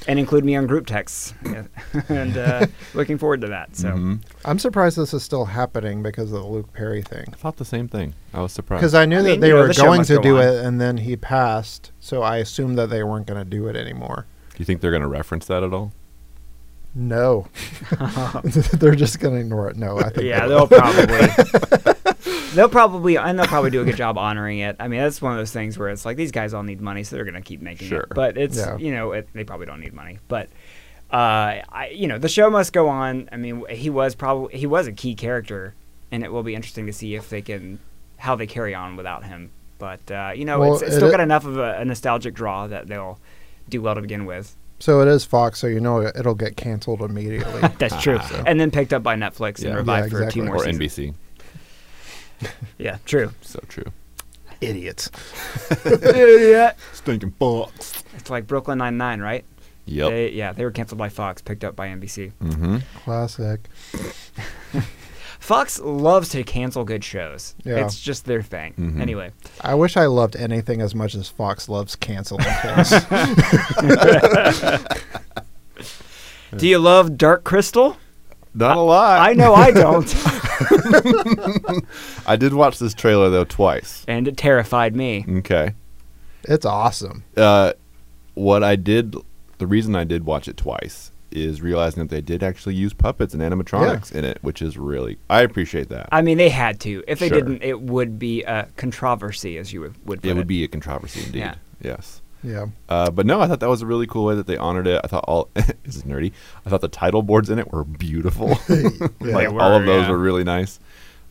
Speaker 2: and include me on group texts. Yeah. and uh, looking forward to that. So,
Speaker 6: Mm-hmm. I'm surprised this is still happening because of the Luke Perry thing.
Speaker 5: I thought the same thing. I was surprised.
Speaker 6: Because I knew
Speaker 2: I
Speaker 6: that
Speaker 2: mean,
Speaker 6: they
Speaker 2: you know,
Speaker 6: were
Speaker 2: the show
Speaker 6: going
Speaker 2: must
Speaker 6: to
Speaker 2: go
Speaker 6: do
Speaker 2: on.
Speaker 6: it, and then he passed. So I assumed that they weren't going to do it anymore.
Speaker 5: Do you think they're going to reference that at all?
Speaker 6: No, they're just going to ignore it. No, I think.
Speaker 2: yeah,
Speaker 6: they
Speaker 2: they'll probably. They'll probably and they'll probably do a good job honoring it. I mean, that's one of those things where it's like these guys all need money, so they're going to keep making
Speaker 5: Sure.
Speaker 2: it. But it's
Speaker 6: Yeah.
Speaker 2: you know it, they probably don't need money, but uh, I you know the show must go on. I mean, he was probably he was a key character, and it will be interesting to see if they can how they carry on without him. But uh, you know,
Speaker 6: Well,
Speaker 2: it's, it's
Speaker 6: it-
Speaker 2: still got enough of a, a nostalgic draw that they'll do well to begin with.
Speaker 6: So it is Fox, so you know it- it'll get canceled immediately.
Speaker 2: That's true. And then picked up by Netflix
Speaker 5: Yeah.
Speaker 2: and revived
Speaker 6: Ah. Yeah,
Speaker 2: for
Speaker 6: exactly.
Speaker 2: two more
Speaker 5: Or
Speaker 2: seasons.
Speaker 5: NBC?
Speaker 2: Yeah, true.
Speaker 5: So true.
Speaker 6: Idiots.
Speaker 5: Stinking box.
Speaker 2: It's like Brooklyn Nine Nine, right?
Speaker 5: Yep.
Speaker 2: They, yeah, they were canceled by Fox, picked up by NBC.
Speaker 5: mm-hmm.
Speaker 6: Classic.
Speaker 2: Fox loves to cancel good shows.
Speaker 6: Yeah.
Speaker 2: It's just their thing.
Speaker 5: Mhm.
Speaker 2: Anyway,
Speaker 6: I wish I loved anything as much as Fox loves canceling things.
Speaker 2: do you love Dark Crystal?
Speaker 5: Not a lot.
Speaker 2: I know I don't,
Speaker 5: I did watch this trailer though twice.
Speaker 2: and it terrified me.
Speaker 5: Okay.
Speaker 6: it's awesome.
Speaker 5: Uh, what I did, the reason I did watch it twice is realizing that they did actually use puppets and animatronics in it, which is really I appreciate that.
Speaker 2: I mean, they had to. If they
Speaker 5: Sure.
Speaker 2: didn't, it would be a controversy, as you would. would put
Speaker 5: it would be a controversy indeed.
Speaker 2: Yeah.
Speaker 5: Yes.
Speaker 6: Yeah.
Speaker 5: Uh, but no, I thought that was a really cool way that they honored it. I thought all this is nerdy. I thought the title boards in it were beautiful. like
Speaker 2: were,
Speaker 5: all of those
Speaker 2: yeah.
Speaker 5: were really nice.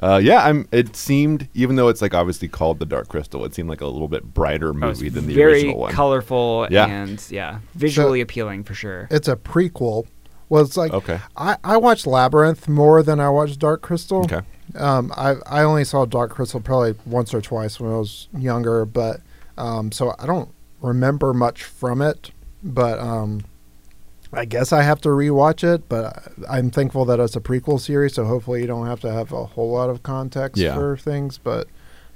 Speaker 5: Uh, yeah, I'm. It seemed, even though it's like obviously called the Dark Crystal, it seemed like a little bit brighter
Speaker 2: Oh, it's
Speaker 5: movie than the
Speaker 2: very
Speaker 5: original one.
Speaker 2: colorful
Speaker 5: Yeah.
Speaker 2: and yeah, visually appealing for sure.
Speaker 6: It's a prequel. Well, it's like
Speaker 5: Okay.
Speaker 6: I, I watched Labyrinth more than I watched Dark Crystal.
Speaker 5: Okay.
Speaker 6: Um, I I only saw Dark Crystal probably once or twice when I was younger, but um, so I don't remember much from it. But um, I guess I have to rewatch it. But I- I'm thankful that it's a prequel series, so hopefully you don't have to have a whole lot of context
Speaker 5: Yeah.
Speaker 6: for things. But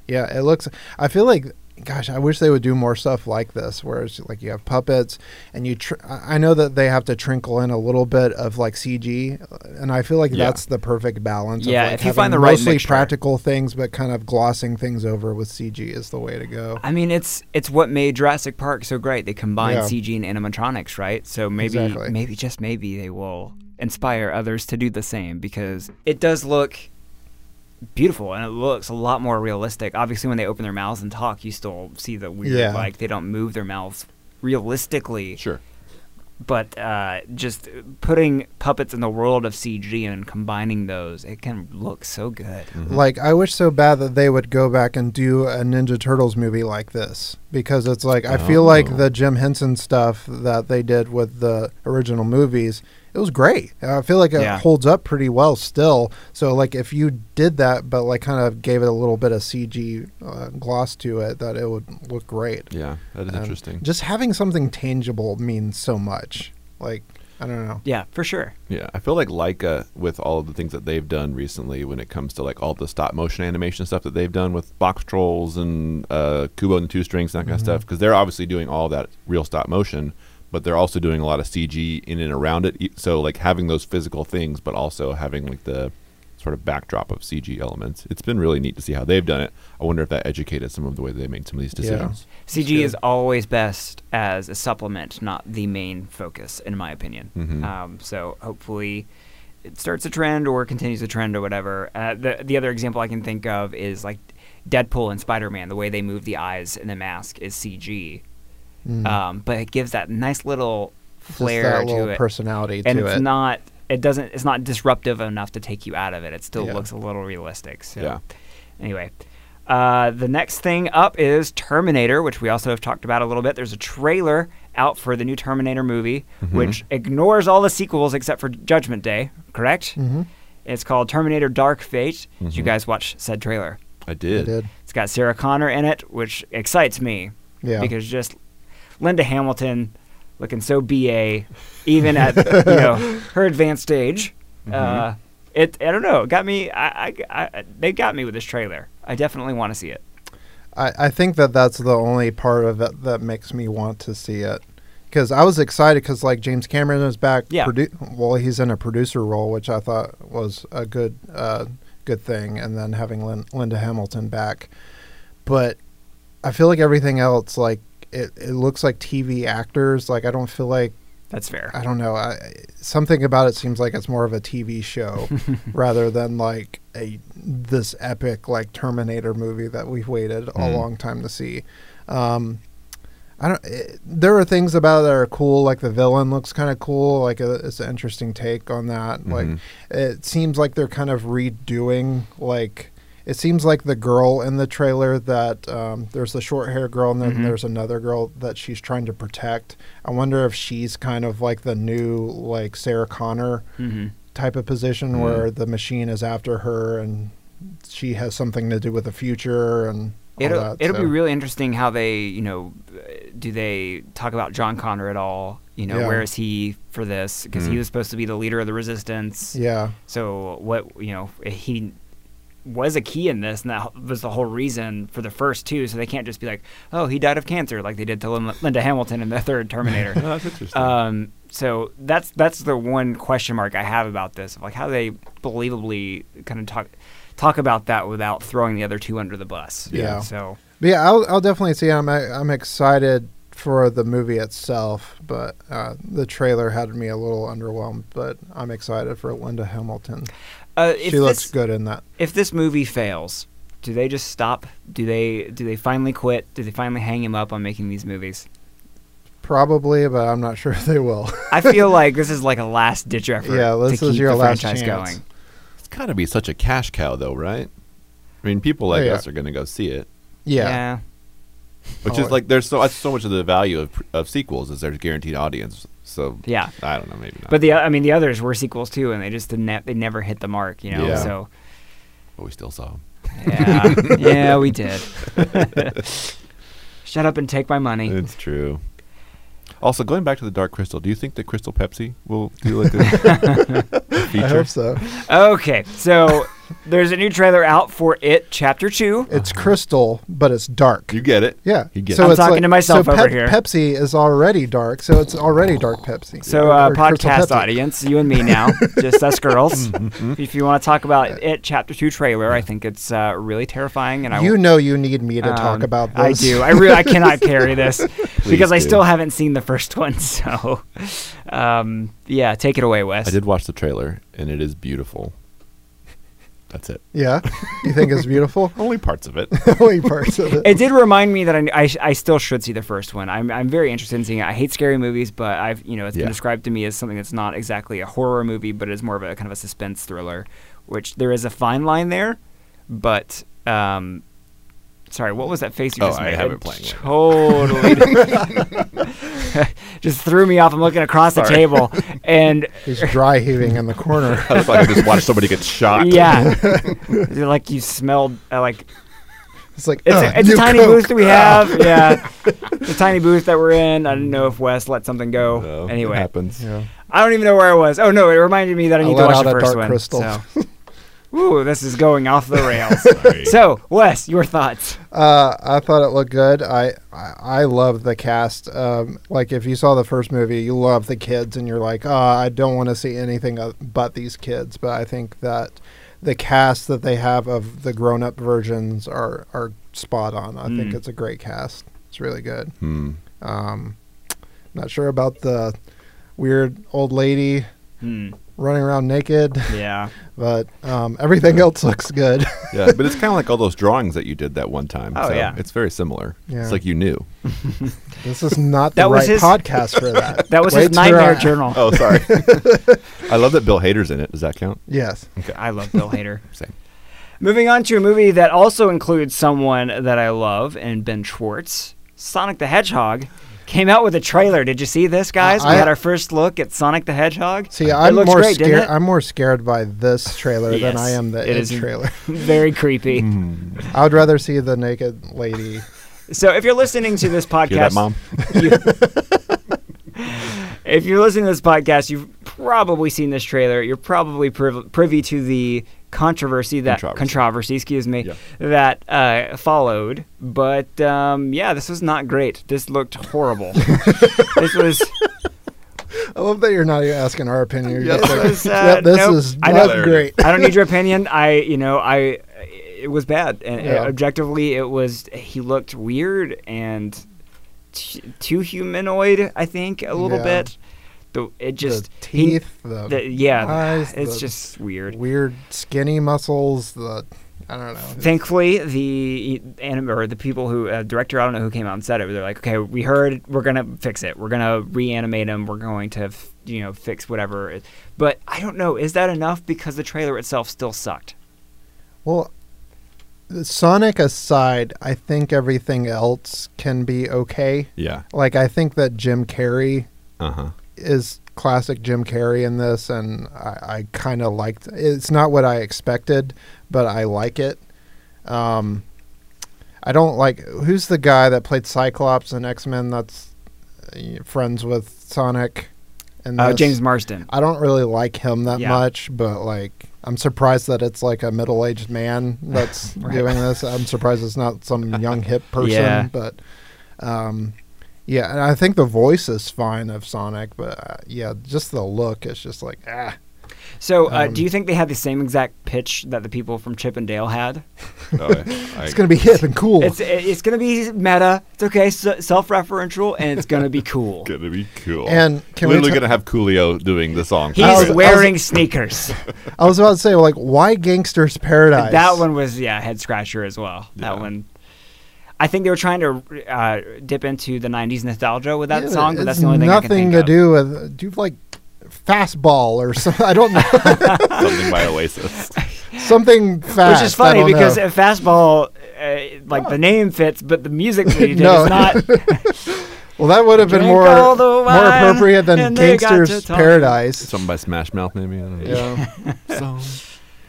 Speaker 6: yeah, it looks. I feel like, gosh, I wish they would do more stuff like this, where it's like you have puppets and you. Tr- I I know that they have to trinkle in a little bit of like CG, and I feel like
Speaker 5: Yeah.
Speaker 6: that's the perfect balance.
Speaker 2: Yeah,
Speaker 6: of like
Speaker 2: if you
Speaker 6: having
Speaker 2: find the right
Speaker 6: mostly
Speaker 2: mixture.
Speaker 6: practical things, but kind of glossing things over with CG is the way to go.
Speaker 2: I mean, it's it's what made Jurassic Park so great. They combined
Speaker 6: Yeah.
Speaker 2: CG and animatronics, right? So maybe,
Speaker 6: Exactly.
Speaker 2: maybe just maybe they will inspire others to do the same because it does look beautiful and it looks a lot more realistic. Obviously, when they open their mouths and talk, you still see the weird,
Speaker 6: Yeah.
Speaker 2: like they don't move their mouths realistically.
Speaker 5: Sure.
Speaker 2: But uh, just putting puppets in the world of CG and combining those, it can look so good.
Speaker 6: Like I wish so bad that they would go back and do a Ninja Turtles movie like this because it's like I feel like the Jim Henson stuff that they did with the original movies, it was great. I feel like it
Speaker 2: Yeah.
Speaker 6: holds up pretty well still. So like if you did that but like kind of gave it a little bit of CG uh, gloss to it, that it would look great.
Speaker 5: Yeah, that is
Speaker 6: Um,
Speaker 5: interesting.
Speaker 6: Just having something tangible means so much. Like I don't know.
Speaker 2: Yeah, for sure.
Speaker 5: Yeah, I feel like Leica with all of the things that they've done recently when it comes to like all the stop motion animation stuff that they've done with box trolls and uh, Kubo and the Two Strings and that
Speaker 6: Mm-hmm.
Speaker 5: kind of stuff because they're obviously doing all that real stop motion, but they're also doing a lot of CG in and around it. E- So like having those physical things, but also having like the sort of backdrop of CG elements. It's been really neat to see how they've done it. I wonder if that educated some of the way they made some of these
Speaker 6: Yeah.
Speaker 5: decisions.
Speaker 2: CG is always best
Speaker 6: Mm-hmm.
Speaker 2: as a supplement, not the main focus, in my opinion. Um, so hopefully, it starts a trend or continues a trend or whatever. Uh, the the other example I can think of is like Deadpool and Spider Man. The way they move the eyes in the mask is CG, um, but it gives that nice little
Speaker 6: Mm. Just
Speaker 2: flair
Speaker 6: that
Speaker 2: to
Speaker 6: little
Speaker 2: it,
Speaker 6: personality
Speaker 2: and
Speaker 6: to
Speaker 2: it's
Speaker 6: it.
Speaker 2: not. It doesn't. It's not disruptive enough to take you out of it. It still
Speaker 6: Yeah.
Speaker 2: looks a little realistic. So.
Speaker 5: Yeah.
Speaker 2: Anyway, uh, the next thing up is Terminator, which we also have talked about a little bit. There's a trailer out for the new Terminator movie,
Speaker 6: Mm-hmm.
Speaker 2: which ignores all the sequels except for Judgment Day, correct? Mm-hmm. It's called Terminator Dark Fate. Did you
Speaker 6: Mm-hmm.
Speaker 2: guys watch said trailer?
Speaker 5: I did.
Speaker 6: I did.
Speaker 2: It's got Sarah Connor in it, which excites me
Speaker 6: Yeah.
Speaker 2: because just Linda Hamilton looking so BA, even at you know her advanced age.
Speaker 6: Mm-hmm.
Speaker 2: Uh, it I don't know. It got me. I, I, I they got me with this trailer. I definitely want to see it.
Speaker 6: I, I think that that's the only part of it that makes me want to see it because I was excited because like James Cameron is back.
Speaker 2: Yeah.
Speaker 6: produ- well, he's in a producer role, which I thought was a good uh, good thing, and then having Lin- Linda Hamilton back, but I feel like everything else like it, it looks like TV actors. Like I don't feel like
Speaker 2: That's fair.
Speaker 6: I don't know. I, something about it seems like it's more of a TV show rather than like a this epic like Terminator movie that we've waited a long time to see. Um, I don't. It, there are things about it that are cool. Like the villain looks kind of cool. Like uh it's an interesting take on that. Like
Speaker 2: Mm-hmm.
Speaker 6: it seems like they're kind of redoing like. It seems like the girl in the trailer that um, there's the short hair girl and then
Speaker 2: Mm-hmm.
Speaker 6: there's another girl that she's trying to protect. I wonder if she's kind of like the new like Sarah Connor
Speaker 2: Mm-hmm.
Speaker 6: type of position where the machine is after her and she has something to do with the future and all
Speaker 2: It'll
Speaker 6: that,
Speaker 2: it'll
Speaker 6: so.
Speaker 2: be really interesting how they you know uh, do they talk about John Connor at all? You know
Speaker 6: Yeah. Mm.
Speaker 2: where is he for this? Because he was supposed to be the leader of the resistance.
Speaker 6: yeah.
Speaker 2: So what you know he was a key in this, and that was the whole reason for the first two. So they can't just be like, oh, he died of cancer, like they did to Lin- Linda Hamilton in the third Terminator.
Speaker 5: Oh, that's interesting.
Speaker 2: um, so that's that's the one question mark I have about this, of like how they believably kind of talk talk about that without throwing the other two under the bus.
Speaker 6: Yeah.
Speaker 2: So
Speaker 6: But yeah, I'll, I'll definitely see. it. I'm I'm excited for the movie itself, but uh, the trailer had me a little underwhelmed. But I'm excited for Linda Hamilton.
Speaker 2: uh, if
Speaker 6: She looks
Speaker 2: this-
Speaker 6: good in that.
Speaker 2: if this movie fails, do they just stop? Do they do they finally quit? Do they finally hang him up on making these movies?
Speaker 6: Probably, but I'm not sure if they will.
Speaker 2: I feel like this is like a last ditch effort.
Speaker 6: Yeah, this
Speaker 2: to
Speaker 6: is
Speaker 2: keep
Speaker 6: your
Speaker 2: the
Speaker 6: last
Speaker 2: franchise
Speaker 6: chance.
Speaker 2: going.
Speaker 5: it's got to be such a cash cow, though, right? I mean, people like
Speaker 6: Oh, yeah.
Speaker 5: us are going to go see it,
Speaker 6: yeah.
Speaker 5: which
Speaker 6: Oh,
Speaker 5: is like there's so that's so much of the value of, of sequels is their guaranteed audience. So
Speaker 2: Yeah.
Speaker 5: I don't know, maybe not.
Speaker 2: But the I mean the others were sequels too, and they just didn't have- they never hit the mark, you know.
Speaker 5: Yeah.
Speaker 2: So
Speaker 5: but we still saw them.
Speaker 2: yeah, yeah, we did. Shut up and take my money.
Speaker 5: It's true. Also, going back to the Dark Crystal, do you think that Crystal Pepsi will do like a
Speaker 6: I hope
Speaker 5: feature?
Speaker 6: so.
Speaker 2: Okay, so there's a new trailer out for it, Chapter Two.
Speaker 6: It's crystal, but it's dark.
Speaker 5: Uh-huh. You get it.
Speaker 6: yeah.
Speaker 5: You get
Speaker 2: I'm
Speaker 5: it.
Speaker 2: talking to myself
Speaker 6: so
Speaker 2: over
Speaker 6: Pep-
Speaker 2: here.
Speaker 6: Pepsi is already dark, so it's already dark Pepsi.
Speaker 2: So,
Speaker 6: Or-
Speaker 2: uh,
Speaker 6: or Crystal
Speaker 2: podcast
Speaker 6: Pepsi.
Speaker 2: audience, you and me now, just us girls.
Speaker 6: Mm-hmm.
Speaker 2: if you want to talk about it, Chapter Two trailer, I think it's uh, really terrifying, and I
Speaker 6: You know you need me to talk
Speaker 2: Um,
Speaker 6: about this.
Speaker 2: I do. I really I cannot carry this because I
Speaker 5: do.
Speaker 2: still haven't seen the first one. So, um, yeah, take it away, Wes.
Speaker 5: I did watch the trailer, and it is beautiful. That's it.
Speaker 6: yeah. You think it's beautiful?
Speaker 5: Only parts of it.
Speaker 6: Only parts of it.
Speaker 2: It did remind me that I, I, sh- I still should see the first one. I'm, I'm very interested in seeing it. I hate scary movies, but I've you know it's
Speaker 5: Yeah.
Speaker 2: been described to me as something that's not exactly a horror movie, but is more of a kind of a suspense thriller, which there is a fine line there, but. Um, Sorry, what was that face you
Speaker 5: Oh,
Speaker 2: just
Speaker 5: I
Speaker 2: made?
Speaker 5: have it playing right now.
Speaker 2: Totally. just threw me off. I'm looking across the table, and
Speaker 6: He's dry heaving in the corner.
Speaker 5: I was like, I just watched somebody get shot.
Speaker 2: yeah, like you smelled uh, like
Speaker 6: It's like
Speaker 2: it's,
Speaker 6: "Ugh,
Speaker 2: a, it's a
Speaker 6: Uh, new
Speaker 2: tiny
Speaker 6: Coke." Ah.
Speaker 2: booth we have. Yeah, the tiny booth that we're in. I didn't know if Wes let something go.
Speaker 5: So, it
Speaker 2: anyway,
Speaker 5: happens.
Speaker 6: Yeah.
Speaker 2: I don't even know where I was. Oh no, it reminded me that I
Speaker 6: I
Speaker 2: need to
Speaker 6: let
Speaker 2: watch
Speaker 6: out
Speaker 2: the
Speaker 6: a
Speaker 2: first
Speaker 6: dark
Speaker 2: one.
Speaker 6: crystal.
Speaker 2: So. Ooh, this is going off the rails. so, Wes, your thoughts?
Speaker 6: Uh, I thought it looked good. I I, I love the cast. Um, like if you saw the first movie, you love the kids, and you're like, oh, I don't want to see anything o- but these kids. But I think that the cast that they have of the grown up versions are are spot on. I
Speaker 2: Mm.
Speaker 6: think it's a great cast. It's really good. Um, not sure about the weird old lady
Speaker 2: Hmm.
Speaker 6: running around naked,
Speaker 2: Yeah.
Speaker 6: but um, everything else looks good.
Speaker 5: yeah, but it's kind of like all those drawings that you did that one time.
Speaker 2: Oh,
Speaker 5: so
Speaker 2: yeah.
Speaker 5: It's very similar.
Speaker 6: Yeah.
Speaker 5: It's like you knew.
Speaker 6: this is not the
Speaker 2: That was
Speaker 6: right
Speaker 2: his-
Speaker 6: podcast for that.
Speaker 2: That was
Speaker 6: Wait
Speaker 2: his
Speaker 6: till
Speaker 2: nightmare
Speaker 6: I-
Speaker 2: journal.
Speaker 5: Oh, sorry. I love that Bill Hader's in it. Does that count?
Speaker 6: Yes.
Speaker 2: I love Bill Hader.
Speaker 5: Same.
Speaker 2: Moving on to a movie that also includes someone that I love and Ben Schwartz, Sonic the Hedgehog. Came out with a trailer. Did you see this, guys? we
Speaker 6: I-
Speaker 2: had our first look at Sonic the Hedgehog.
Speaker 6: See,
Speaker 2: it
Speaker 6: I'm
Speaker 2: looks
Speaker 6: more
Speaker 2: great,
Speaker 6: scared.
Speaker 2: didn't it?
Speaker 6: I'm more scared by this trailer than
Speaker 2: Yes,
Speaker 6: I am the
Speaker 2: it
Speaker 6: it,
Speaker 2: is-
Speaker 6: trailer.
Speaker 2: Very creepy.
Speaker 5: Mm-hmm.
Speaker 6: I would rather see the naked lady.
Speaker 2: So, if you're listening to this podcast,
Speaker 5: Hear that, Mom?
Speaker 2: if you're listening to this podcast, you've probably seen this trailer. You're probably priv- privy to the controversy that
Speaker 5: Controversy.
Speaker 2: controversy, excuse me,
Speaker 5: Yeah.
Speaker 2: that uh, followed. But um, yeah, this was not great. This looked horrible. this was.
Speaker 6: I love that you're not even asking our opinion. You're
Speaker 5: Yeah,
Speaker 6: just
Speaker 2: This
Speaker 6: like,
Speaker 2: was, uh,
Speaker 6: "Yep, this
Speaker 2: nope.
Speaker 6: is
Speaker 2: I
Speaker 6: not
Speaker 2: know-
Speaker 6: great.
Speaker 2: I don't need your opinion. I, you know, I, it was bad. And uh,
Speaker 6: Yeah.
Speaker 2: objectively, it was. He looked weird and t- too humanoid. I think a little
Speaker 6: Yeah.
Speaker 2: bit. The it just
Speaker 6: the
Speaker 2: he-
Speaker 6: teeth, the,
Speaker 2: the- yeah,
Speaker 6: eyes,
Speaker 2: it's
Speaker 6: the
Speaker 2: just weird.
Speaker 6: weird skinny muscles. The I don't know.
Speaker 2: Thankfully, the anim- or the people who uh, director, I don't know who came out and said it. but They're like, okay, we heard, we're gonna fix it. We're gonna reanimate him. We're going to, f- you know, fix whatever. it- But I don't know, is that enough? Because the trailer itself still sucked.
Speaker 6: Well, the Sonic aside, I think everything else can be okay.
Speaker 5: Yeah.
Speaker 6: Like I think that Jim Carrey
Speaker 5: Uh huh.
Speaker 6: is classic Jim Carrey in this, and I, I kind of liked. It's not what I expected, but I like it. Um, I don't like who's the guy that played Cyclops in X Men. That's uh, friends with Sonic. And
Speaker 2: Uh, James Marsden.
Speaker 6: I don't really like him that
Speaker 2: Yeah.
Speaker 6: much, but like I'm surprised that it's like a middle-aged man that's
Speaker 2: Right.
Speaker 6: doing this. I'm surprised it's not some young hip person,
Speaker 2: Yeah.
Speaker 6: but um yeah, and I think the voice is fine of Sonic, but uh, yeah, just the look is just like ah.
Speaker 2: So, uh,
Speaker 6: Um,
Speaker 2: do you think they had the same exact pitch that the people from Chip and Dale had?
Speaker 5: Oh, I,
Speaker 6: It's going to be hip and cool.
Speaker 2: It's it's gonna be meta. It's okay, s self-referential, and it's gonna be cool.
Speaker 5: gonna be cool.
Speaker 6: And can we
Speaker 5: literally
Speaker 6: ta-
Speaker 5: gonna have Coolio doing the song.
Speaker 2: He's
Speaker 6: I was- I was-
Speaker 2: wearing sneakers.
Speaker 6: I was about to say like why Gangster's Paradise?
Speaker 2: That one was yeah head scratcher as well. That
Speaker 5: Yeah.
Speaker 2: one. I think they were trying to uh, dip into the '90s nostalgia with that
Speaker 6: Yeah,
Speaker 2: song, but that's
Speaker 6: it's
Speaker 2: the only thing I can
Speaker 6: nothing
Speaker 2: think
Speaker 6: to
Speaker 2: of.
Speaker 6: do with do like fastball or something. I don't know
Speaker 5: something by Oasis.
Speaker 6: something fast.
Speaker 2: Which is
Speaker 6: I
Speaker 2: funny
Speaker 6: don't
Speaker 2: because
Speaker 6: know. Oh.
Speaker 2: uh, fastball, uh, like the name fits, but the music that he did
Speaker 6: No.
Speaker 2: is not.
Speaker 6: Well, that would have been
Speaker 2: Drink
Speaker 6: more
Speaker 2: all the
Speaker 6: more
Speaker 2: wine,
Speaker 6: appropriate than
Speaker 2: and they got to
Speaker 6: Gangster's
Speaker 2: talk.
Speaker 6: Paradise.
Speaker 5: something by Smash Mouth, maybe. I don't know.
Speaker 6: Yeah.
Speaker 5: Song.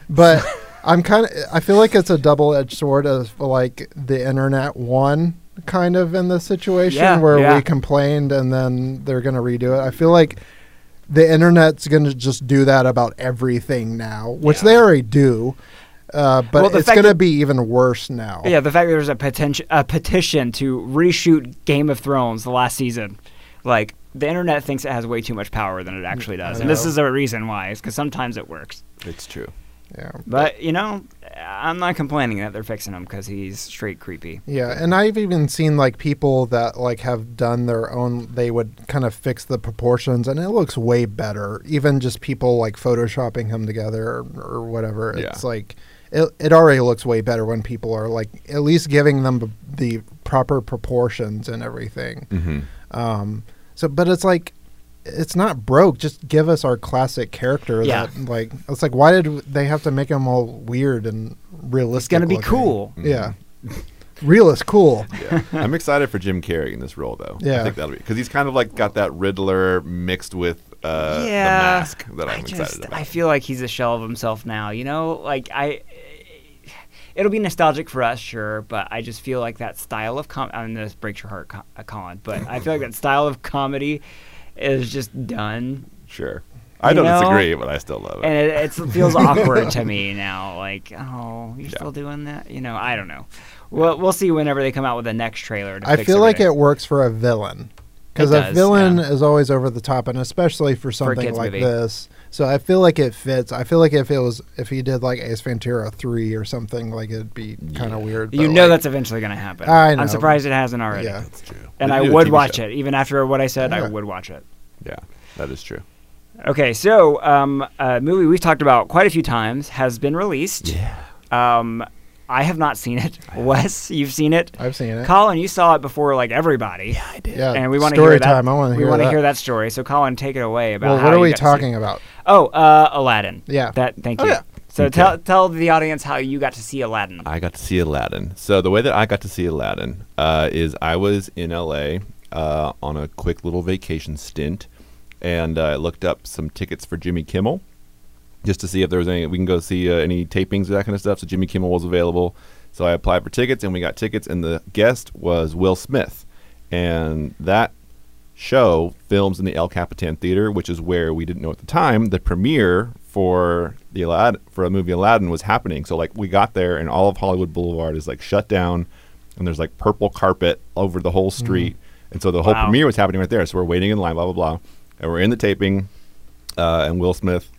Speaker 6: but I'm kind of I feel like it's a double-edged sword of like the internet won kind of in this situation
Speaker 2: Yeah,
Speaker 6: where
Speaker 2: yeah.
Speaker 6: we complained and then they're going to redo it. I feel like the internet's going to just do that about everything now, which
Speaker 2: Yeah.
Speaker 6: they already do. Uh, but
Speaker 2: Well, the
Speaker 6: it's
Speaker 2: fact
Speaker 6: going to
Speaker 2: that-
Speaker 6: be even worse now.
Speaker 2: yeah, the fact that there's a, poten- a petition to reshoot Game of Thrones the last season, like the internet thinks it has way too much power than it actually does, and this
Speaker 6: know.
Speaker 2: is a reason why, is because sometimes it works.
Speaker 5: It's true.
Speaker 6: Yeah.
Speaker 2: But you know, I'm not complaining that they're fixing him because he's straight creepy.
Speaker 6: Yeah, and I've even seen like people that like have done their own. They would kind of fix the proportions, and it looks way better. Even just people like photoshopping him together or, or whatever.
Speaker 5: Yeah.
Speaker 6: It's like it, it already looks way better when people are like at least giving them b- the proper proportions and everything.
Speaker 5: Mm-hmm.
Speaker 6: Um, so, but it's like it's not broke. Just give us our classic character.
Speaker 2: Yeah.
Speaker 6: That, like it's like why did they have to make him all weird and realistic?
Speaker 2: It's gonna be
Speaker 6: looking?
Speaker 2: cool.
Speaker 6: Yeah. Real is cool.
Speaker 5: Yeah. I'm excited for Jim Carrey in this role, though. I
Speaker 6: Yeah.
Speaker 5: think that'll be because he's kind of like got that Riddler mixed with uh, the mask that
Speaker 2: I
Speaker 5: I'm excited
Speaker 2: just,
Speaker 5: about.
Speaker 2: I feel like he's a shell of himself now. You know, like I. It'll be nostalgic for us, sure, but I just feel like that style of com. I mean, this breaks your heart, Co- uh, Colin, but I feel like that style of comedy is just done,
Speaker 5: sure. I
Speaker 2: You
Speaker 5: don't
Speaker 2: know?
Speaker 5: disagree, but I still love it.
Speaker 2: and it, it's, it feels awkward to me now. Like, oh, you're still doing that? You know, I don't know. We'll, we'll see whenever they come out with the next trailer. To
Speaker 6: I
Speaker 2: fix
Speaker 6: feel like
Speaker 2: everything.
Speaker 6: it works for a villain because
Speaker 2: It
Speaker 6: a
Speaker 2: does,
Speaker 6: villain
Speaker 2: yeah.
Speaker 6: is always over the top, and especially for something
Speaker 2: kids
Speaker 6: like
Speaker 2: movie.
Speaker 6: this. So I feel like it fits. I feel like if it was if he did like Ace Ventura three or something, like it'd be kind of weird.
Speaker 2: You
Speaker 6: but,
Speaker 2: know
Speaker 6: like,
Speaker 2: that's eventually going to happen.
Speaker 6: I know.
Speaker 2: I'm surprised it hasn't already.
Speaker 6: yeah.
Speaker 5: That's true.
Speaker 2: And
Speaker 5: They
Speaker 2: I
Speaker 5: do a
Speaker 2: would
Speaker 5: TV
Speaker 2: watch
Speaker 5: show.
Speaker 2: it. Even after what I said, I
Speaker 6: Yeah.
Speaker 2: would watch it.
Speaker 5: Yeah, that is true.
Speaker 2: Okay, so um, a movie we've talked about quite a few times has been released.
Speaker 5: Yeah.
Speaker 2: Um, I have not seen it. Wes, you've seen it.
Speaker 6: I've seen it.
Speaker 2: Colin, you saw it before, like everybody. Yeah, I did.
Speaker 6: Yeah,
Speaker 2: And we want to
Speaker 6: story
Speaker 2: hear that.
Speaker 6: time. I wanna
Speaker 2: we
Speaker 6: hear
Speaker 2: wanna
Speaker 6: that.
Speaker 2: hear that story. So, Colin, take it away about.
Speaker 6: well,
Speaker 2: how
Speaker 6: what are
Speaker 2: you
Speaker 6: we
Speaker 2: got to see it.
Speaker 6: talking about?
Speaker 2: Oh, uh, Aladdin.
Speaker 6: Yeah.
Speaker 2: That. Thank
Speaker 6: Oh,
Speaker 2: you. Uh,
Speaker 6: yeah.
Speaker 2: So
Speaker 5: Okay.
Speaker 2: tell tell the audience how you got to see Aladdin.
Speaker 5: I got to see Aladdin. So the way that I got to see Aladdin uh, is I was in LA uh, on a quick little vacation stint, and uh, I looked up some tickets for Jimmy Kimmel just to see if there was any. We can go see uh, any tapings of that kind of stuff. So Jimmy Kimmel was available. So I applied for tickets, and we got tickets. And the guest was Will Smith, and that show films in the El Capitan Theater, which is where we didn't know at the time the premiere for the Aladdin for a movie Aladdin was happening. So like we got there and all of Hollywood Boulevard is like shut down and there's like purple carpet over the whole street. And so the whole
Speaker 2: Mm. Wow.
Speaker 5: premiere was happening right there. So we're waiting in line, blah blah blah. And we're in the taping uh, and Will Smith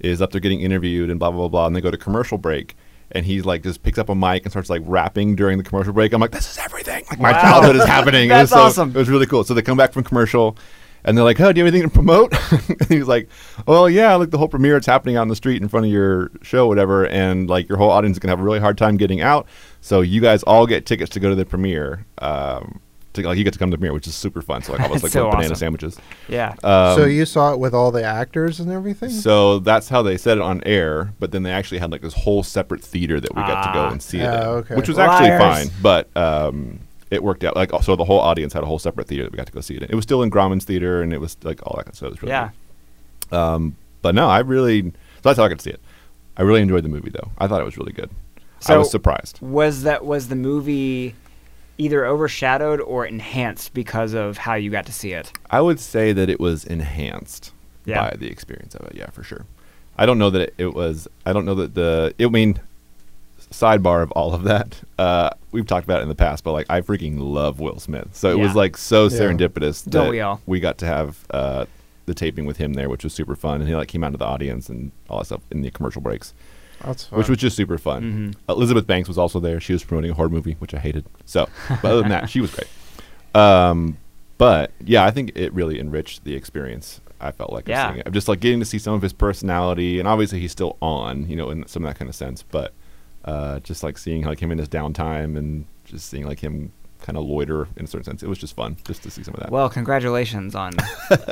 Speaker 5: is up there getting interviewed and blah blah blah blah and they go to commercial break and he like just picks up a mic and starts like rapping during the commercial break. I'm like, this is everything. Like my
Speaker 2: Wow.
Speaker 5: childhood is happening.
Speaker 2: That's
Speaker 5: it was so,
Speaker 2: awesome.
Speaker 5: It was really cool. So they come back from commercial and they're like, Oh, do you have anything to promote? and he's like, Well, yeah, like the whole premiere it's happening out on the street in front of your show, whatever, and like your whole audience is gonna have a really hard time getting out. So you guys all get tickets to go to the premiere. Um to, like you get to come to the premiere, which is super fun. So like all of us like
Speaker 2: So
Speaker 5: little banana
Speaker 2: awesome.
Speaker 5: sandwiches.
Speaker 2: yeah.
Speaker 6: so you saw it with all the actors and everything?
Speaker 5: Um, So that's how they said it on air, but then they actually had like this whole separate theater that we got to go
Speaker 2: Ah.
Speaker 5: and see it,
Speaker 6: Oh,
Speaker 5: in,
Speaker 6: okay.
Speaker 5: which was actually
Speaker 2: Liars.
Speaker 5: fine. But um, it worked out. Like so, the whole audience had a whole separate theater that we got to go see it in. It was still in Grauman's theater, and it was like all that. So it was really
Speaker 2: yeah.
Speaker 5: good. But no, I really so that's how I got to see it. I really enjoyed the movie though. I thought it was really good. I
Speaker 2: So-
Speaker 5: was surprised.
Speaker 2: Was that was the movie either overshadowed or enhanced because of how you got to see it?
Speaker 5: I would say that it was enhanced
Speaker 2: Yeah.
Speaker 5: by the experience of it. Yeah, for sure. I don't know that it, it was. I don't know that the. I mean, sidebar of all of that. Uh, we've talked about it in the past, but like I freaking love Will Smith, so it
Speaker 2: Yeah.
Speaker 5: was like so
Speaker 6: Yeah.
Speaker 5: serendipitous
Speaker 2: Don't
Speaker 5: that
Speaker 2: we all?
Speaker 5: got to have uh, the taping with him there, which was super fun, and he like came out to the audience and all that stuff in the commercial breaks,
Speaker 6: That's fun. Mm-hmm.
Speaker 5: which was just super fun. Elizabeth Banks was also there. She was promoting a horror movie, which I hated. So, but other than that, she was great. Um, but yeah, I think it really enriched the experience. I felt like
Speaker 2: Yeah.
Speaker 5: I'm seeing it. I'm just like getting to see some of his personality, and obviously he's still on, you know, in some of that kind of sense. But uh, just like seeing like him in his downtime and just seeing like him kind of loiter in a certain sense, it was just fun just to see some of that.
Speaker 2: Well, congratulations on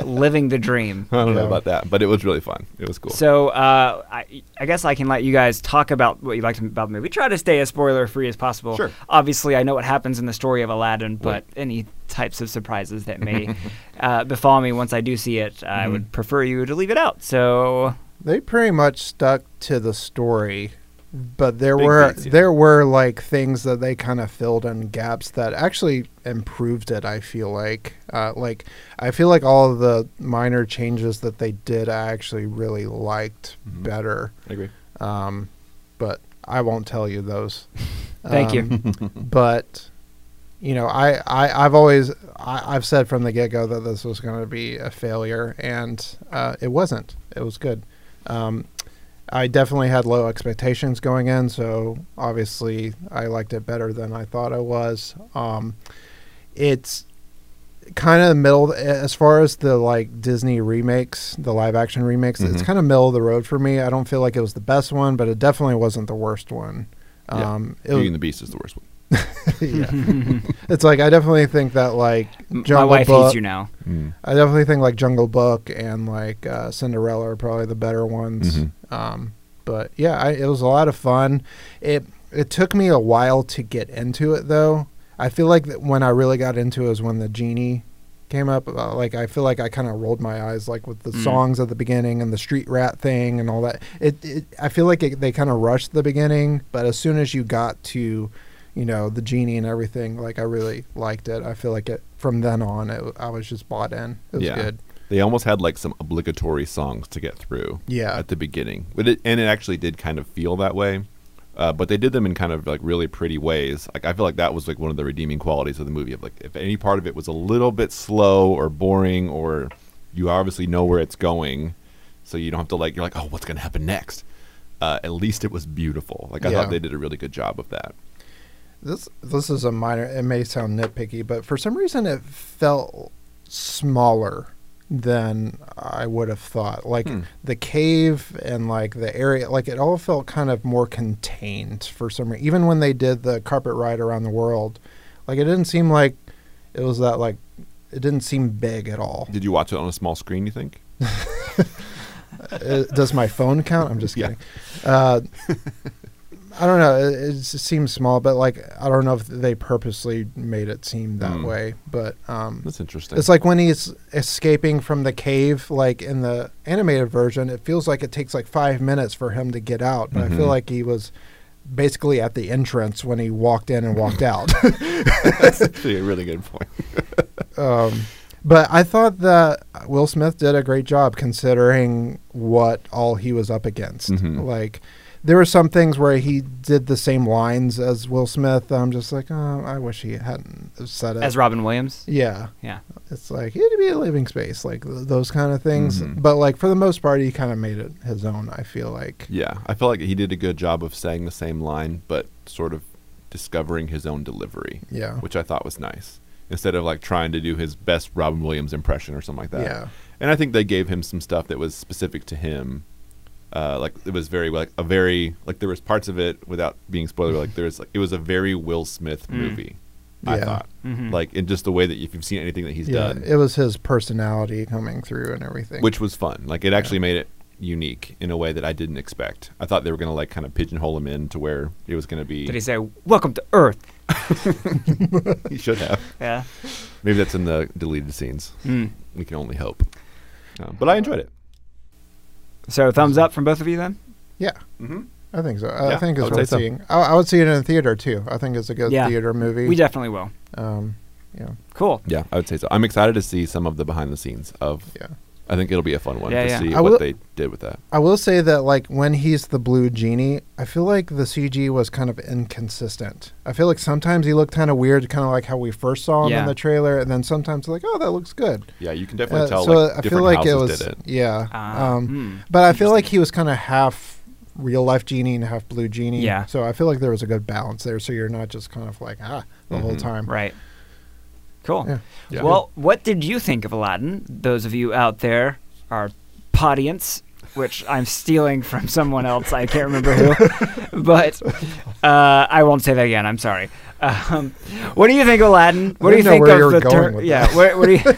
Speaker 2: living the dream.
Speaker 5: I don't know
Speaker 6: Yeah.
Speaker 5: about that, but it was really fun. It was cool.
Speaker 2: So uh, I, I guess I can let you guys talk about what you liked about the movie. Try to stay as spoiler free as possible.
Speaker 5: Sure.
Speaker 2: Obviously, I know what happens in the story of Aladdin, but any types of surprises that may uh, befall me once I do see it, I would prefer you to leave it out. So
Speaker 6: they pretty much stuck to the story, but there
Speaker 5: Big
Speaker 6: were
Speaker 5: things, yeah.
Speaker 6: there were like things that they kind of filled in gaps that actually improved it. I feel like, uh, like I feel like all of the minor changes that they did, I actually really liked
Speaker 5: Mm-hmm.
Speaker 6: better.
Speaker 5: I agree.
Speaker 6: Um, but I won't tell you those.
Speaker 2: Thank you.
Speaker 6: you. but you know, I, I I've always I, I've said from the get go that this was going to be a failure, and uh, it wasn't. It was good. Um, I definitely had low expectations going in, so obviously I liked it better than I thought I was. Um, it's kind of the middle as far as the like Disney remakes, the live action remakes. It's
Speaker 5: Mhm.
Speaker 6: kind of middle of the road for me. I don't feel like it was the best one, but it definitely wasn't the worst one.
Speaker 5: Yeah.
Speaker 6: Um, it
Speaker 5: Beauty
Speaker 6: was,
Speaker 5: and the Beast is the worst one.
Speaker 6: yeah. it's like I definitely think that like Jungle
Speaker 2: my wife
Speaker 6: Book,
Speaker 2: hates you now.
Speaker 5: Mm.
Speaker 6: I definitely think like Jungle Book and like uh, Cinderella are probably the better ones.
Speaker 5: Mhm.
Speaker 6: Um, but yeah, I, it was a lot of fun. It it took me a while to get into it though. I feel like that when I really got into it was when the genie came up. Uh, like I feel like I kind of rolled my eyes like with the songs at the beginning and the street rat thing and all that. It, it I feel like it, they kind of rushed the beginning, but as soon as you got to you know the genie and everything like i really liked it i feel like it from then on it, i was just bought in it was good
Speaker 5: They almost had like some obligatory songs to get through.
Speaker 6: Yeah.
Speaker 5: At the beginning, but it, and it actually did kind of feel that way. Uh, but they did them in kind of like really pretty ways. Like I feel like that was like one of the redeeming qualities of the movie. Of like if any part of it was a little bit slow or boring or you obviously know where it's going, so you don't have to like you're like oh what's gonna happen next. Uh, at least it was beautiful. Like I
Speaker 6: Yeah.
Speaker 5: thought they did a really good job of that.
Speaker 6: this this is a minor it may sound nitpicky but for some reason it felt smaller than I would have thought. Like the cave and like the area, like it all felt kind of more contained for some reason. Even when they did the carpet ride around the world, like it didn't seem like it was that like it didn't seem big at all.
Speaker 5: Did you watch it on a small screen? You think?
Speaker 6: Uh, does my phone count? I'm just
Speaker 5: Yeah.
Speaker 6: kidding. Uh, I don't know. It, it just seems small, but like I don't know if they purposely made it seem that
Speaker 5: Mm.
Speaker 6: way. But um,
Speaker 5: That's interesting.
Speaker 6: it's like when he's escaping from the cave, like in the animated version, it feels like it takes like five minutes for him to get out. But I feel
Speaker 5: Mhm.
Speaker 6: like he was basically at the entrance when he walked in and walked out.
Speaker 5: That's actually a really good point.
Speaker 6: um, but I thought that Will Smith did a great job considering what all he was up against.
Speaker 5: Mhm.
Speaker 6: Like, there were some things where he did the same lines as Will Smith. I'm just like, oh, I wish he hadn't said it.
Speaker 2: as Robin Williams.
Speaker 6: yeah,
Speaker 2: Yeah.
Speaker 6: it's like it'd be a living space, like th- those kind of things.
Speaker 5: Mhm.
Speaker 6: But like for the most part, he kind of made it his own. I feel like.
Speaker 5: Yeah, I feel like he did a good job of saying the same line, but sort of discovering his own delivery,
Speaker 6: Yeah.
Speaker 5: which I thought was nice. Instead of like trying to do his best Robin Williams impression or something like that.
Speaker 6: Yeah.
Speaker 5: And I think they gave him some stuff that was specific to him. Uh, like it was very like a very like there was parts of it without being spoiler like there was like it was a very Will Smith movie. I
Speaker 6: Yeah.
Speaker 5: thought
Speaker 2: Mhm.
Speaker 5: like in just the way that if you've seen anything that he's
Speaker 6: yeah,
Speaker 5: done,
Speaker 6: it was his personality coming through and everything.
Speaker 5: which was fun. Like it actually made it unique in a way that I didn't expect. I thought they were gonna like kind of pigeonhole him in to where it was gonna be.
Speaker 2: Did he say "Welcome to Earth"?
Speaker 5: he should have.
Speaker 2: Yeah.
Speaker 5: Maybe that's in the deleted scenes.
Speaker 2: Mm.
Speaker 5: We can only hope. Uh, but I enjoyed it.
Speaker 2: So thumbs up from both of you then.
Speaker 6: yeah,
Speaker 5: Mhm.
Speaker 6: I think so. I
Speaker 5: Yeah,
Speaker 6: think
Speaker 5: I
Speaker 6: it's
Speaker 5: would say
Speaker 6: worth
Speaker 5: so.
Speaker 6: seeing. I, I would see it in a theater too. I think it's a good
Speaker 2: Yeah.
Speaker 6: theater movie.
Speaker 2: We definitely will.
Speaker 6: Um, yeah,
Speaker 2: Cool.
Speaker 5: Yeah, I would say so. I'm excited to see some of the behind the scenes of.
Speaker 6: yeah.
Speaker 5: I think it'll be a fun one
Speaker 2: Yeah,
Speaker 5: to
Speaker 2: yeah.
Speaker 5: see
Speaker 6: I
Speaker 5: what
Speaker 6: will-
Speaker 5: they did with that.
Speaker 6: I will say that like when he's the blue genie, I feel like the CG was kind of inconsistent. I feel like sometimes he looked kind of weird, kind of like how we first saw him
Speaker 2: Yeah.
Speaker 6: in the trailer, and then sometimes like, oh, that looks good.
Speaker 5: Yeah, you can definitely
Speaker 6: Uh,
Speaker 5: tell.
Speaker 6: so
Speaker 5: like,
Speaker 6: I feel
Speaker 5: different
Speaker 6: like it
Speaker 5: houses
Speaker 6: was
Speaker 5: did it.
Speaker 6: yeah.
Speaker 2: Ah,
Speaker 6: um,
Speaker 2: mm.
Speaker 6: But I feel like he was kind of half real life genie and half blue genie.
Speaker 2: Yeah.
Speaker 6: So I feel like there was a good balance there. So you're not just kind of like ah the whole
Speaker 5: Mhm.
Speaker 6: time.
Speaker 2: Right. Cool.
Speaker 6: Yeah.
Speaker 5: Yeah.
Speaker 2: Well, what did you think of Aladdin? Those of you out there, our podience, which I'm stealing from someone else, I can't remember who, but uh, I won't say that again. I'm sorry. Um, what do you think of Aladdin? What do you
Speaker 6: didn't know
Speaker 2: think
Speaker 6: where
Speaker 2: of
Speaker 6: you were
Speaker 2: the
Speaker 6: going
Speaker 2: term?
Speaker 6: with
Speaker 2: yeah. What, what do you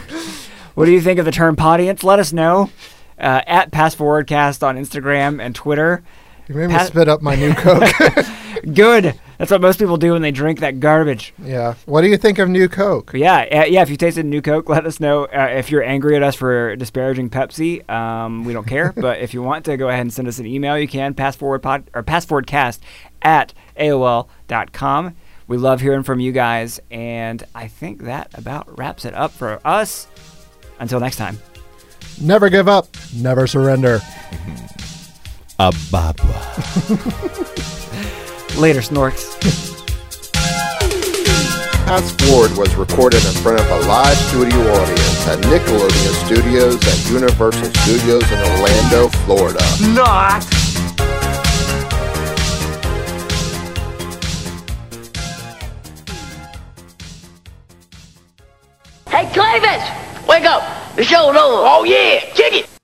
Speaker 2: What do you think of the term podience? Let us know uh, at Pass Forward Cast on Instagram and Twitter.
Speaker 6: You made me
Speaker 2: Pat-
Speaker 6: spit up my new Coke.
Speaker 2: Good. That's what most people do when they drink that garbage.
Speaker 6: yeah. What do you think of new Coke?
Speaker 2: But yeah, uh, yeah. If you tasted New Coke, let us know. Uh, if you're angry at us for disparaging Pepsi, um, we don't care. but if you want to, go ahead and send us an email. You can pass forward pod or pass forward cast at aol.com. We love hearing from you guys, and I think that about wraps it up for us. Until next time.
Speaker 6: Never give up. Never surrender.
Speaker 2: Later, snorks.
Speaker 7: Pass Forward was recorded in front of a live studio audience at Nickelodeon Studios at Universal Studios in Orlando, Florida.
Speaker 8: Hey, Clavis! Wake up! The show's over. Oh, yeah! Kick it!